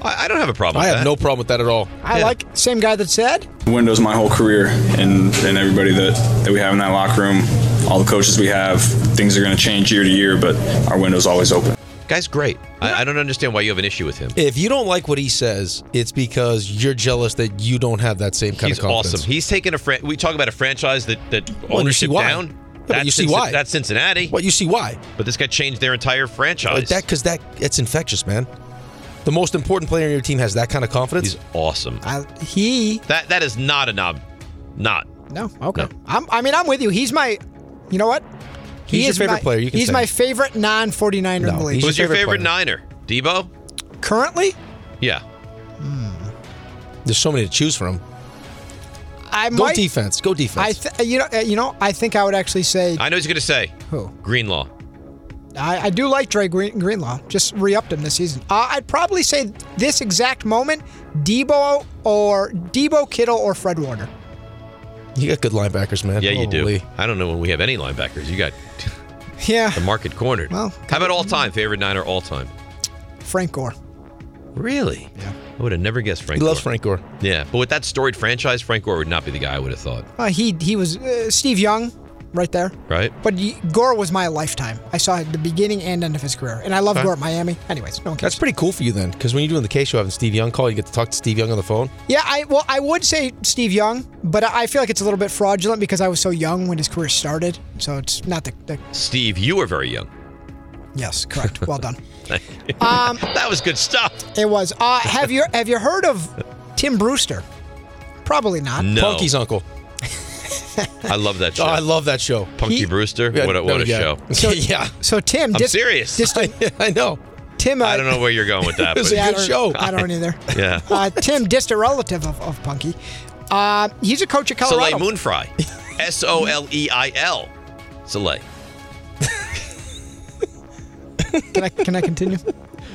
B: I, I don't have a problem.
S: I have
D: no problem with that at all.
E: I like same guy that said
S: Windows my whole career, and and everybody that that we have in that locker room, all the coaches we have. Things are going to change year to year, but our window's always open.
B: Guy's great. I, I don't understand why you have an issue with him.
D: If you don't like what he says, it's because you're jealous that you don't have that same kind
B: He's
D: of confidence.
B: awesome. He's taken a fran- we talk about a franchise that that
D: you see
B: ownership
D: why.
B: down.
D: Yeah, but
B: That's
D: you see
B: Cinci-
D: why.
B: That's Cincinnati.
D: Well, you see why.
B: But this guy changed their entire franchise.
D: Like that because that it's infectious, man. The most important player in your team has that kind of confidence. He's
B: awesome.
E: he
B: that that is not a knob. Not.
E: no. Okay,
B: No.
E: I'm, I mean I'm with you. He's my, you know what?
B: He's your favorite
E: my,
B: player, you can
E: he's
B: say.
E: my favorite non 49er in the league.
B: Who's your favorite, Niner? Debo.
E: Currently,
B: Yeah.
D: Hmm. There's so many to choose from.
E: I
D: Go
E: might.
D: defense. Go defense.
E: I th- you know uh, you know I think I would actually say
B: I know he's going to say.
E: Who?
B: Greenlaw.
E: I, I do like Dre Green, Greenlaw. Just re-upped him this season. Uh, I'd probably say this exact moment, Debo or Debo Kittle or Fred Warner.
D: you got good linebackers, man.
B: Yeah, you do.
D: Holy.
B: I don't know when we have any linebackers. You got
E: Yeah,
B: the market cornered.
E: Well,
B: how about all time favorite Niner all time?
E: Frank Gore.
B: Really? Yeah. I would have never guessed Frank.
D: He loves
B: Gore.
D: Frank Gore.
B: Yeah, but with that storied franchise, Frank Gore would not be the guy I would have thought.
E: Uh, he he was uh, Steve Young, right there.
B: Right?
E: But y- Gore was my lifetime. I saw the beginning and end of his career, and I love
D: Huh.
E: Gore at Miami. Anyways, no one cares.
D: That's pretty cool for you then, because when you're doing the K show having Steve Young call, you get to talk to Steve Young on the phone.
E: Yeah, I well, I would say Steve Young, but I I feel like it's a little bit fraudulent because I was so young when his career started. So it's not the, the
B: Steve, you were very young.
E: yes, correct. Well done.
B: um, that was good stuff.
E: It was. Uh, have you have you heard of Tim Brewster? Probably not.
B: No.
D: Punky's uncle.
B: I love that show.
D: Oh, I love that show.
B: Punky Brewster.
D: Yeah,
B: what a,
D: no,
B: what a
D: yeah.
B: show.
D: So- yeah.
E: So Tim,
B: I'm
E: dis-
B: serious.
E: dis-
D: I know.
E: Tim, uh,
B: I don't know where you're going with that.
E: It was
B: but-
E: a good Yeah, I don't- show. I don't either.
B: Yeah.
E: uh, Tim, just a relative of, of Punky. Uh, he's a coach at
B: Soleil
E: Colorado.
B: Moonfry. S O L E I L. Soleil.
E: Can I can I continue?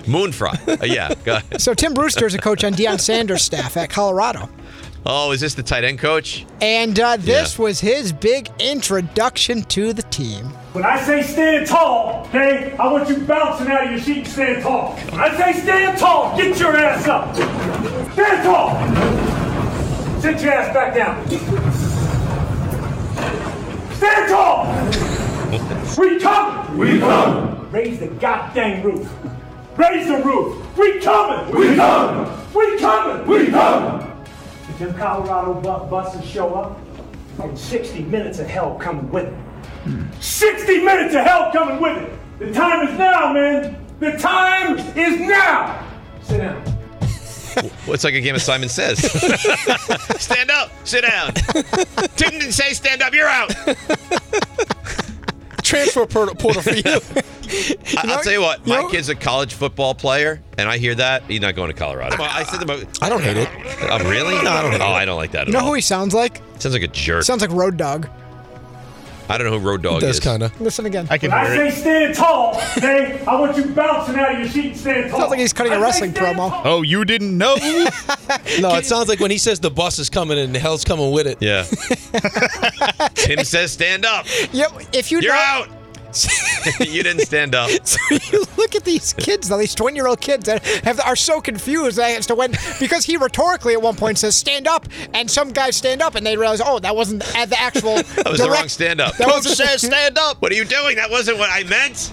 B: Moonfry. Uh, yeah. Go ahead.
E: So Tim Brewster is a coach on Deion Sanders' staff at Colorado,
B: Oh, is this the tight end coach?
E: and uh, this was his big introduction to the team.
U: When I say stand tall, okay, I want you bouncing out of your seat and stand tall. When I say stand tall, get your ass up. Stand tall. Sit your ass back down. Stand tall. We come. We come. Raise the goddamn roof. Raise the roof. We coming. We coming. We coming. We coming. If them Colorado bu- buses show up, and 60 minutes of hell coming with it. 60 minutes of hell coming with it. The time is now, man. The time is now. Sit down.
B: Well, it's like a game of Simon Says. stand up. Sit down. Tim didn't say stand up. You're out.
D: Transfer portal, portal for you.
B: I, I'll tell you what, my kid's a college football player, and I hear that he's not going to Colorado. Well, I said the
D: I don't hate it.
B: Oh, really?
D: No, I don't hate
B: oh,
D: it.
B: I don't like that at
E: You know
B: all.
E: who he sounds like?
B: Sounds like a jerk.
E: Sounds like Road Dog.
B: I don't know who Road Dog is.
D: of.
E: Listen again.
B: I can
U: When I say stand tall, okay? I want you bouncing out of your seat and stand tall.
E: Sounds like he's cutting
U: a
E: a wrestling promo.
D: Oh, you didn't know? no, it sounds like when he says the bus is coming and hell's coming with it.
B: Yeah. Tim says stand up.
E: Yep. If you
B: You're
E: know-
B: out. you didn't stand up.
E: So you look at these kids, though, these 20 year old kids that have, are so confused as to when, because he rhetorically at one point says, stand up, and some guys stand up, and they realize, oh, that wasn't the the actual.
B: That was the wrong stand up.
E: That was-
B: up. What are you doing? That wasn't what I meant.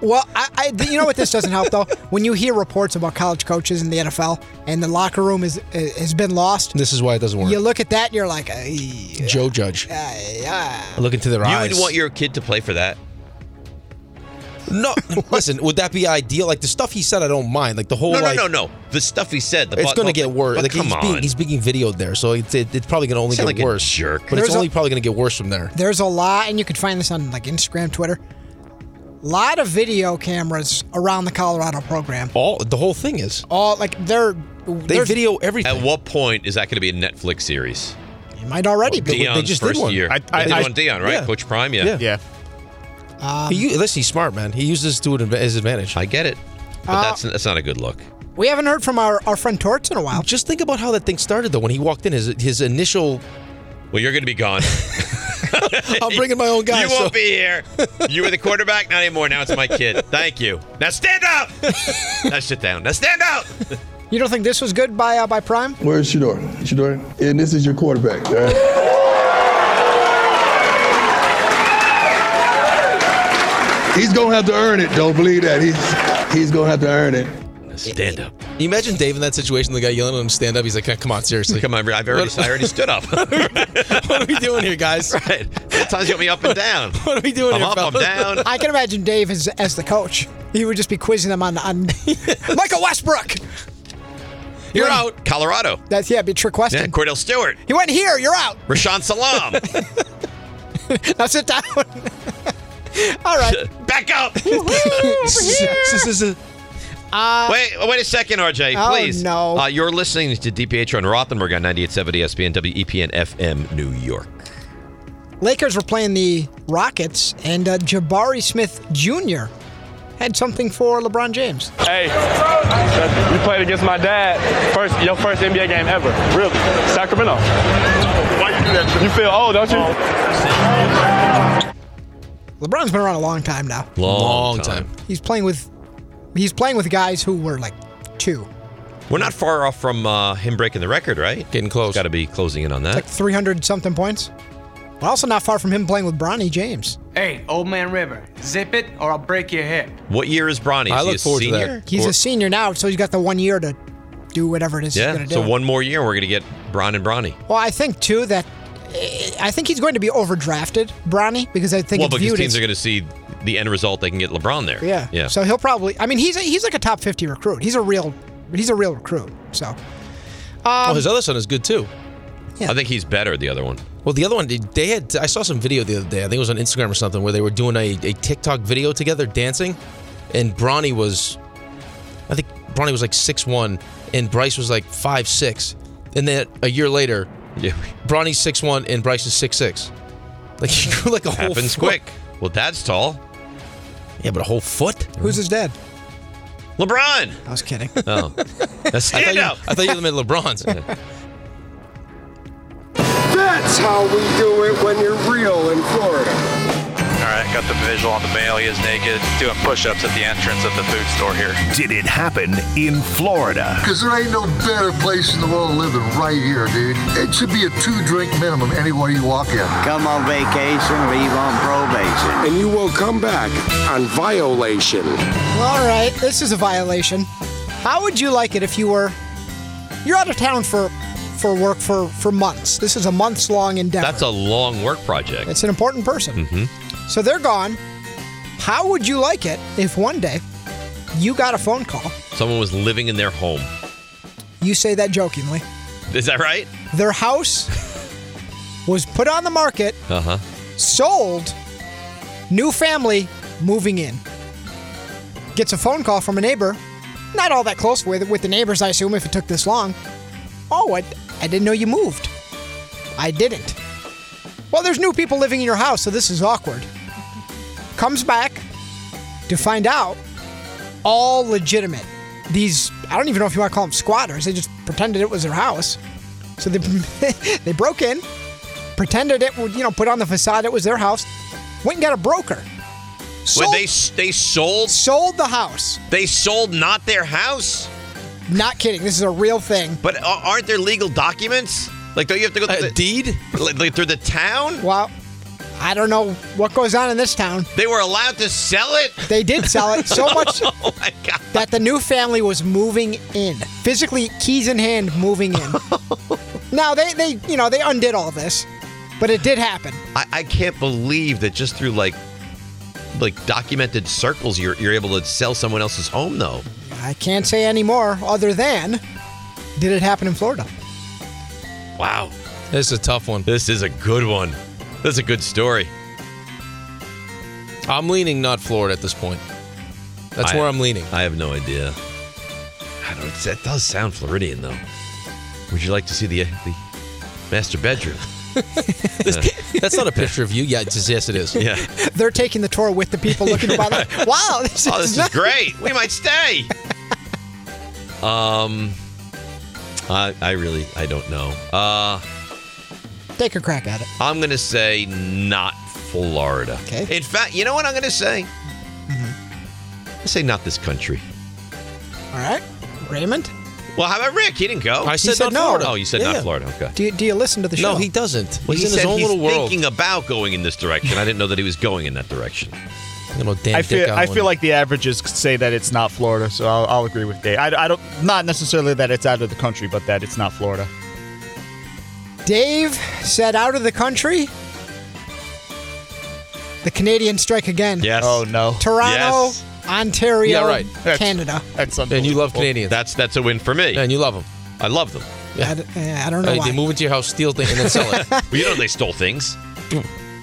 E: Well, I, I, you know what this doesn't help though. When you hear reports about college coaches in the NFL and the locker room is has been lost,
D: This is why it doesn't work.
E: you look at that and you're like, "Ay,
D: Joe Judge.
E: ay, ay."
D: Look into their
B: you
D: eyes.
B: would want your kid to play for that.
D: no, listen, would that be ideal? Like the stuff he said, I don't mind. Like the whole
B: No, no,
D: Oh, like,
B: no, no. The stuff he said. The
D: it's
B: going to
D: get worse. Like,
B: come
D: he's,
B: on.
D: Being, he's being videoed there, so it's, it, it's probably going to only
B: Sound
D: get
B: like a
D: worse.
B: jerk.
D: but
E: There's
D: it's
E: a-
D: only probably going to get worse from there.
E: There's a lot, and you can find this on like Instagram, Twitter. Lot of video cameras around the Colorado program.
D: All the whole thing is
E: All like they're
B: They
D: video everything.
B: At what point is that going to be a Netflix series?
E: It might already be.
B: Dion's first year.
D: I- I-
B: they did
D: I-
B: one Dion, right?
D: yeah.
B: Coach Prime, yeah.
D: Yeah.
E: Um,
D: he, u- listen, he's smart, man. He uses this to an adva- his advantage.
B: I get it, But
E: Uh,
B: that's that's not a good look.
E: we haven't heard from our, our friend Torts in a while.
D: Just think about how that thing started, though. When he walked in, his his initial
B: Well, you're going to be gone.
D: I'm bringing my own guy.
B: you won't be here. You were the quarterback, not anymore. Now it's my kid. Thank you. Now stand up. now sit down. Now stand up.
E: You don't think this was good by uh, by Prime?
P: Where's Shador? Shador, and this is your quarterback. All right? He's gonna have to earn it. Don't believe that. He's he's gonna have to earn it.
B: Stand up.
D: You imagine Dave in that situation, the guy yelling at him to stand up. He's like, "Come on, seriously,
B: Come on, I've already, I already stood up.
D: what are we doing here, guys?
B: right. Sometimes you got me up and down.
D: What are we doing
B: I'm
D: here,
B: up, I'm
D: fellas?
B: down.
E: I can imagine Dave as, as the coach. He would just be quizzing them on on Michael Westbrook.
D: You're out.
B: Colorado.
E: That's yeah, be a trick question.
B: Yeah, Cordell Stewart.
E: He went here. You're out.
B: Rashawn Salam.
E: Now sit down. All right.
B: Back up.
D: Uh,
E: Uh,
B: wait, wait a second, RJ,
E: Oh,
B: please.
E: no.
B: Uh, you're listening to DPH on Rothenberg on 98.7 ESPN, WEPN FM, New York.
E: Lakers were playing the Rockets, and uh, Jabari Smith Jr. had something for LeBron James.
T: Hey, you played against my dad. First, your first NBA game ever, really, Sacramento. Why you do that? You feel old, don't you?
E: LeBron's been around a long time now.
B: Long,
D: Long time.
E: He's playing with he's playing with guys who were like two,
B: We're not far off from uh, him breaking the record, right?
D: Getting close.
B: Got to be closing in on that.
E: like 300 something points. But also not far from him playing with Bronny James.
V: Hey, old man River, zip it or I'll break your hip.
B: what year is Bronny? Is
D: I
B: he
D: look
B: a
D: forward to that.
B: senior?
E: He's
B: Or-
E: a senior now, so he's got the one year to do whatever it is he's
B: Yeah,
E: going to do.
B: so one more year, we're going to get Bron and Bronny.
E: Well, I think too that eh, I think he's going to be overdrafted, Bronny, because I think
B: Well,
E: it's
B: because
E: viewed
B: teams
E: as-
B: are going to see the end result. They can get LeBron there.
E: yeah.
B: Yeah.
E: So he'll probably. I mean, he's a, he's like a top fifty recruit. He's a real he's a real recruit. So
D: Oh,
E: um,
D: his other son is good too.
B: I think he's better, the other one.
D: Well, the other one, they- they had. I saw some video the other day. I think it was on Instagram or something where they were doing a, a TikTok video together dancing, and Bronny was, I think Bronny was like six one, and Bryce was like five six, and then a year later,
B: Yeah.
D: Bronny's six one and Bryce is six six. Like he grew like a whole
B: Happens
D: foot.
B: quick. Well, dad's tall.
D: Yeah, but a whole foot.
E: who's his dad?
B: LeBron.
E: I was kidding.
B: Oh. That's
D: I thought,
B: stand
D: you,
B: up.
D: I thought you were the middle of LeBron's.
C: That's how we do it when you're real in Florida.
T: All right, got the visual on the male. He is naked, doing push-ups at the entrance of the food store here.
A: Did it happen in Florida?
C: Because there ain't no better place in the world to live than right here, dude. It should be a two drink minimum anywhere you walk in.
G: Come on vacation, leave on probation.
C: And you will come back on violation.
E: All right, this is a violation. How would you like it if you were you're out of town for for work for for months? This is a months long endeavor.
B: That's a long work project. Mm-hmm.
E: It's an important person. So they're gone. How would you like it if one day you got a phone call?
B: Someone was living in their home.
E: You say that jokingly.
B: Is that right?
E: Their house was put on the
D: Uh-huh.
E: market,
B: Uh huh.
E: sold, new family moving in. gets a phone call from a neighbor, not all that close with with the neighbors, I assume, if it took this long. Oh, I, I didn't know you moved. I didn't. Well, there's new people living in your house, so this is awkward. Comes back to find out all legitimate. These I don't even know if you want to call them squatters. They just pretended it was their house. So they they broke in, pretended it would you know put on the facade it was their house, went and got a broker.
B: When they s- they sold
E: sold the house.
B: They sold not their house.
E: Not kidding. This is a real thing.
B: But a- aren't there legal documents? Like, don't you have to go through the deed? Like, through the town?
E: Well, I don't know what goes on in this town.
B: They were allowed to sell it.
E: They did sell it so much
B: oh my god!
E: that the new family was moving in, physically keys in hand, moving in. now they they you know they undid all this, but it did happen.
B: I, I can't believe that just through like like documented circles, you're you're able to sell someone else's home though.
E: I can't say any more other than did it happen in Florida?
B: Wow,
D: this is a tough one.
B: This is a good one. This is a good story.
D: I'm leaning not Florida at this point. That's
B: I-
D: where I'm leaning.
B: I have no idea. I don't. That does sound Floridian though. Would you like to see the the master bedroom?
D: That's not a picture of you. Yeah, it's just- yes, it is.
B: Yeah.
E: They're taking the tour with the people looking to buy the. Wow, this
B: oh,
E: is,
B: this is
E: nice.
B: great. We might stay. Um, I I really I don't know. Uh,
E: Take a crack at it.
B: I'm gonna say not Florida. Okay. In fact, you know what I'm gonna say? I say not this country.
E: All right, Raymond.
B: Well, how about Rick? He didn't go.
E: I He said said not no. Florida.
B: Oh, you said
E: Yeah.
B: not Florida. Okay.
E: Do you, do you listen to the show?
D: No, he doesn't.
B: Well,
D: he's
B: he
D: in his
B: said
D: own
B: he's
D: little world.
B: Thinking about going in this direction. I didn't know that he was going in that direction.
F: I feel I feel like the averages say that it's not Florida, so I'll, I'll agree with Dave. I, I don't not necessarily that it's out of the country, but that it's not Florida.
E: Dave said out of the country. The Canadians strike again.
B: Yes.
F: Oh no.
E: Toronto, Ontario,
B: Yeah, right. That's-
E: Canada.
F: That's
D: and you love Canadians.
B: That's that's a win for me.
D: and you love them.
B: I love them.
E: I d- eh, I, don't know
D: Uh,
E: why.
D: they move into your house, steal things, and then sell it.
B: well, you know they stole things.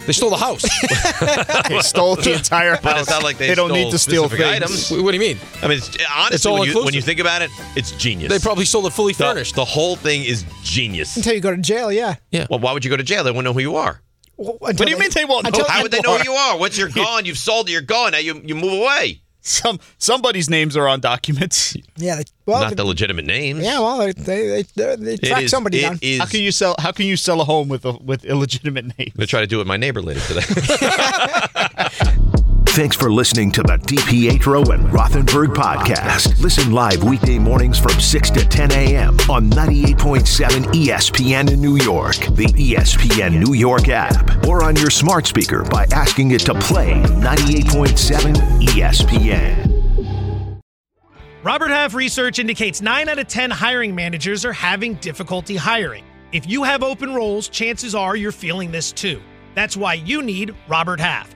D: They stole the house.
F: They stole the entire
B: But
F: house.
B: it's not like they,
F: They don't need to steal
B: specific
F: things.
B: items.
D: What do you mean?
B: I mean, it's, honestly,
D: It's all
B: when, you, when
D: inclusive.
B: you think about it, it's genius.
D: They probably sold it fully
B: The-
D: furnished.
B: The, whole thing is genius.
E: Until you go to jail, yeah.
D: Yeah.
B: Well, why would you go to jail? They won't know who you are.
E: Well,
B: what do you mean they won't? know? How would they know who you are? Once you're gone, you've sold it. You're gone. Now you you move away.
F: Some somebody's names are on documents.
E: Yeah. They, well,
B: Not
E: they-
B: the legitimate names.
E: yeah. Well, they they, they, they
B: It
E: track
B: is-
E: somebody
B: it
E: down.
B: is-
F: How can you sell? How can you sell a home with a, with illegitimate name?
B: I'm gonna try to do it with my neighbor later today.
A: Thanks for listening to the DPetro and Rothenberg podcast. Listen live weekday mornings from 6 to 10 a.m. on 98.7 ESPN in New York, the E ESPN New York app, or on your smart speaker by asking it to play 98.7 ESPN.
W: Robert Half research indicates 9 out of 10 hiring managers are having difficulty hiring. If you have open roles, chances are you're feeling this too. That's why you need Robert Half.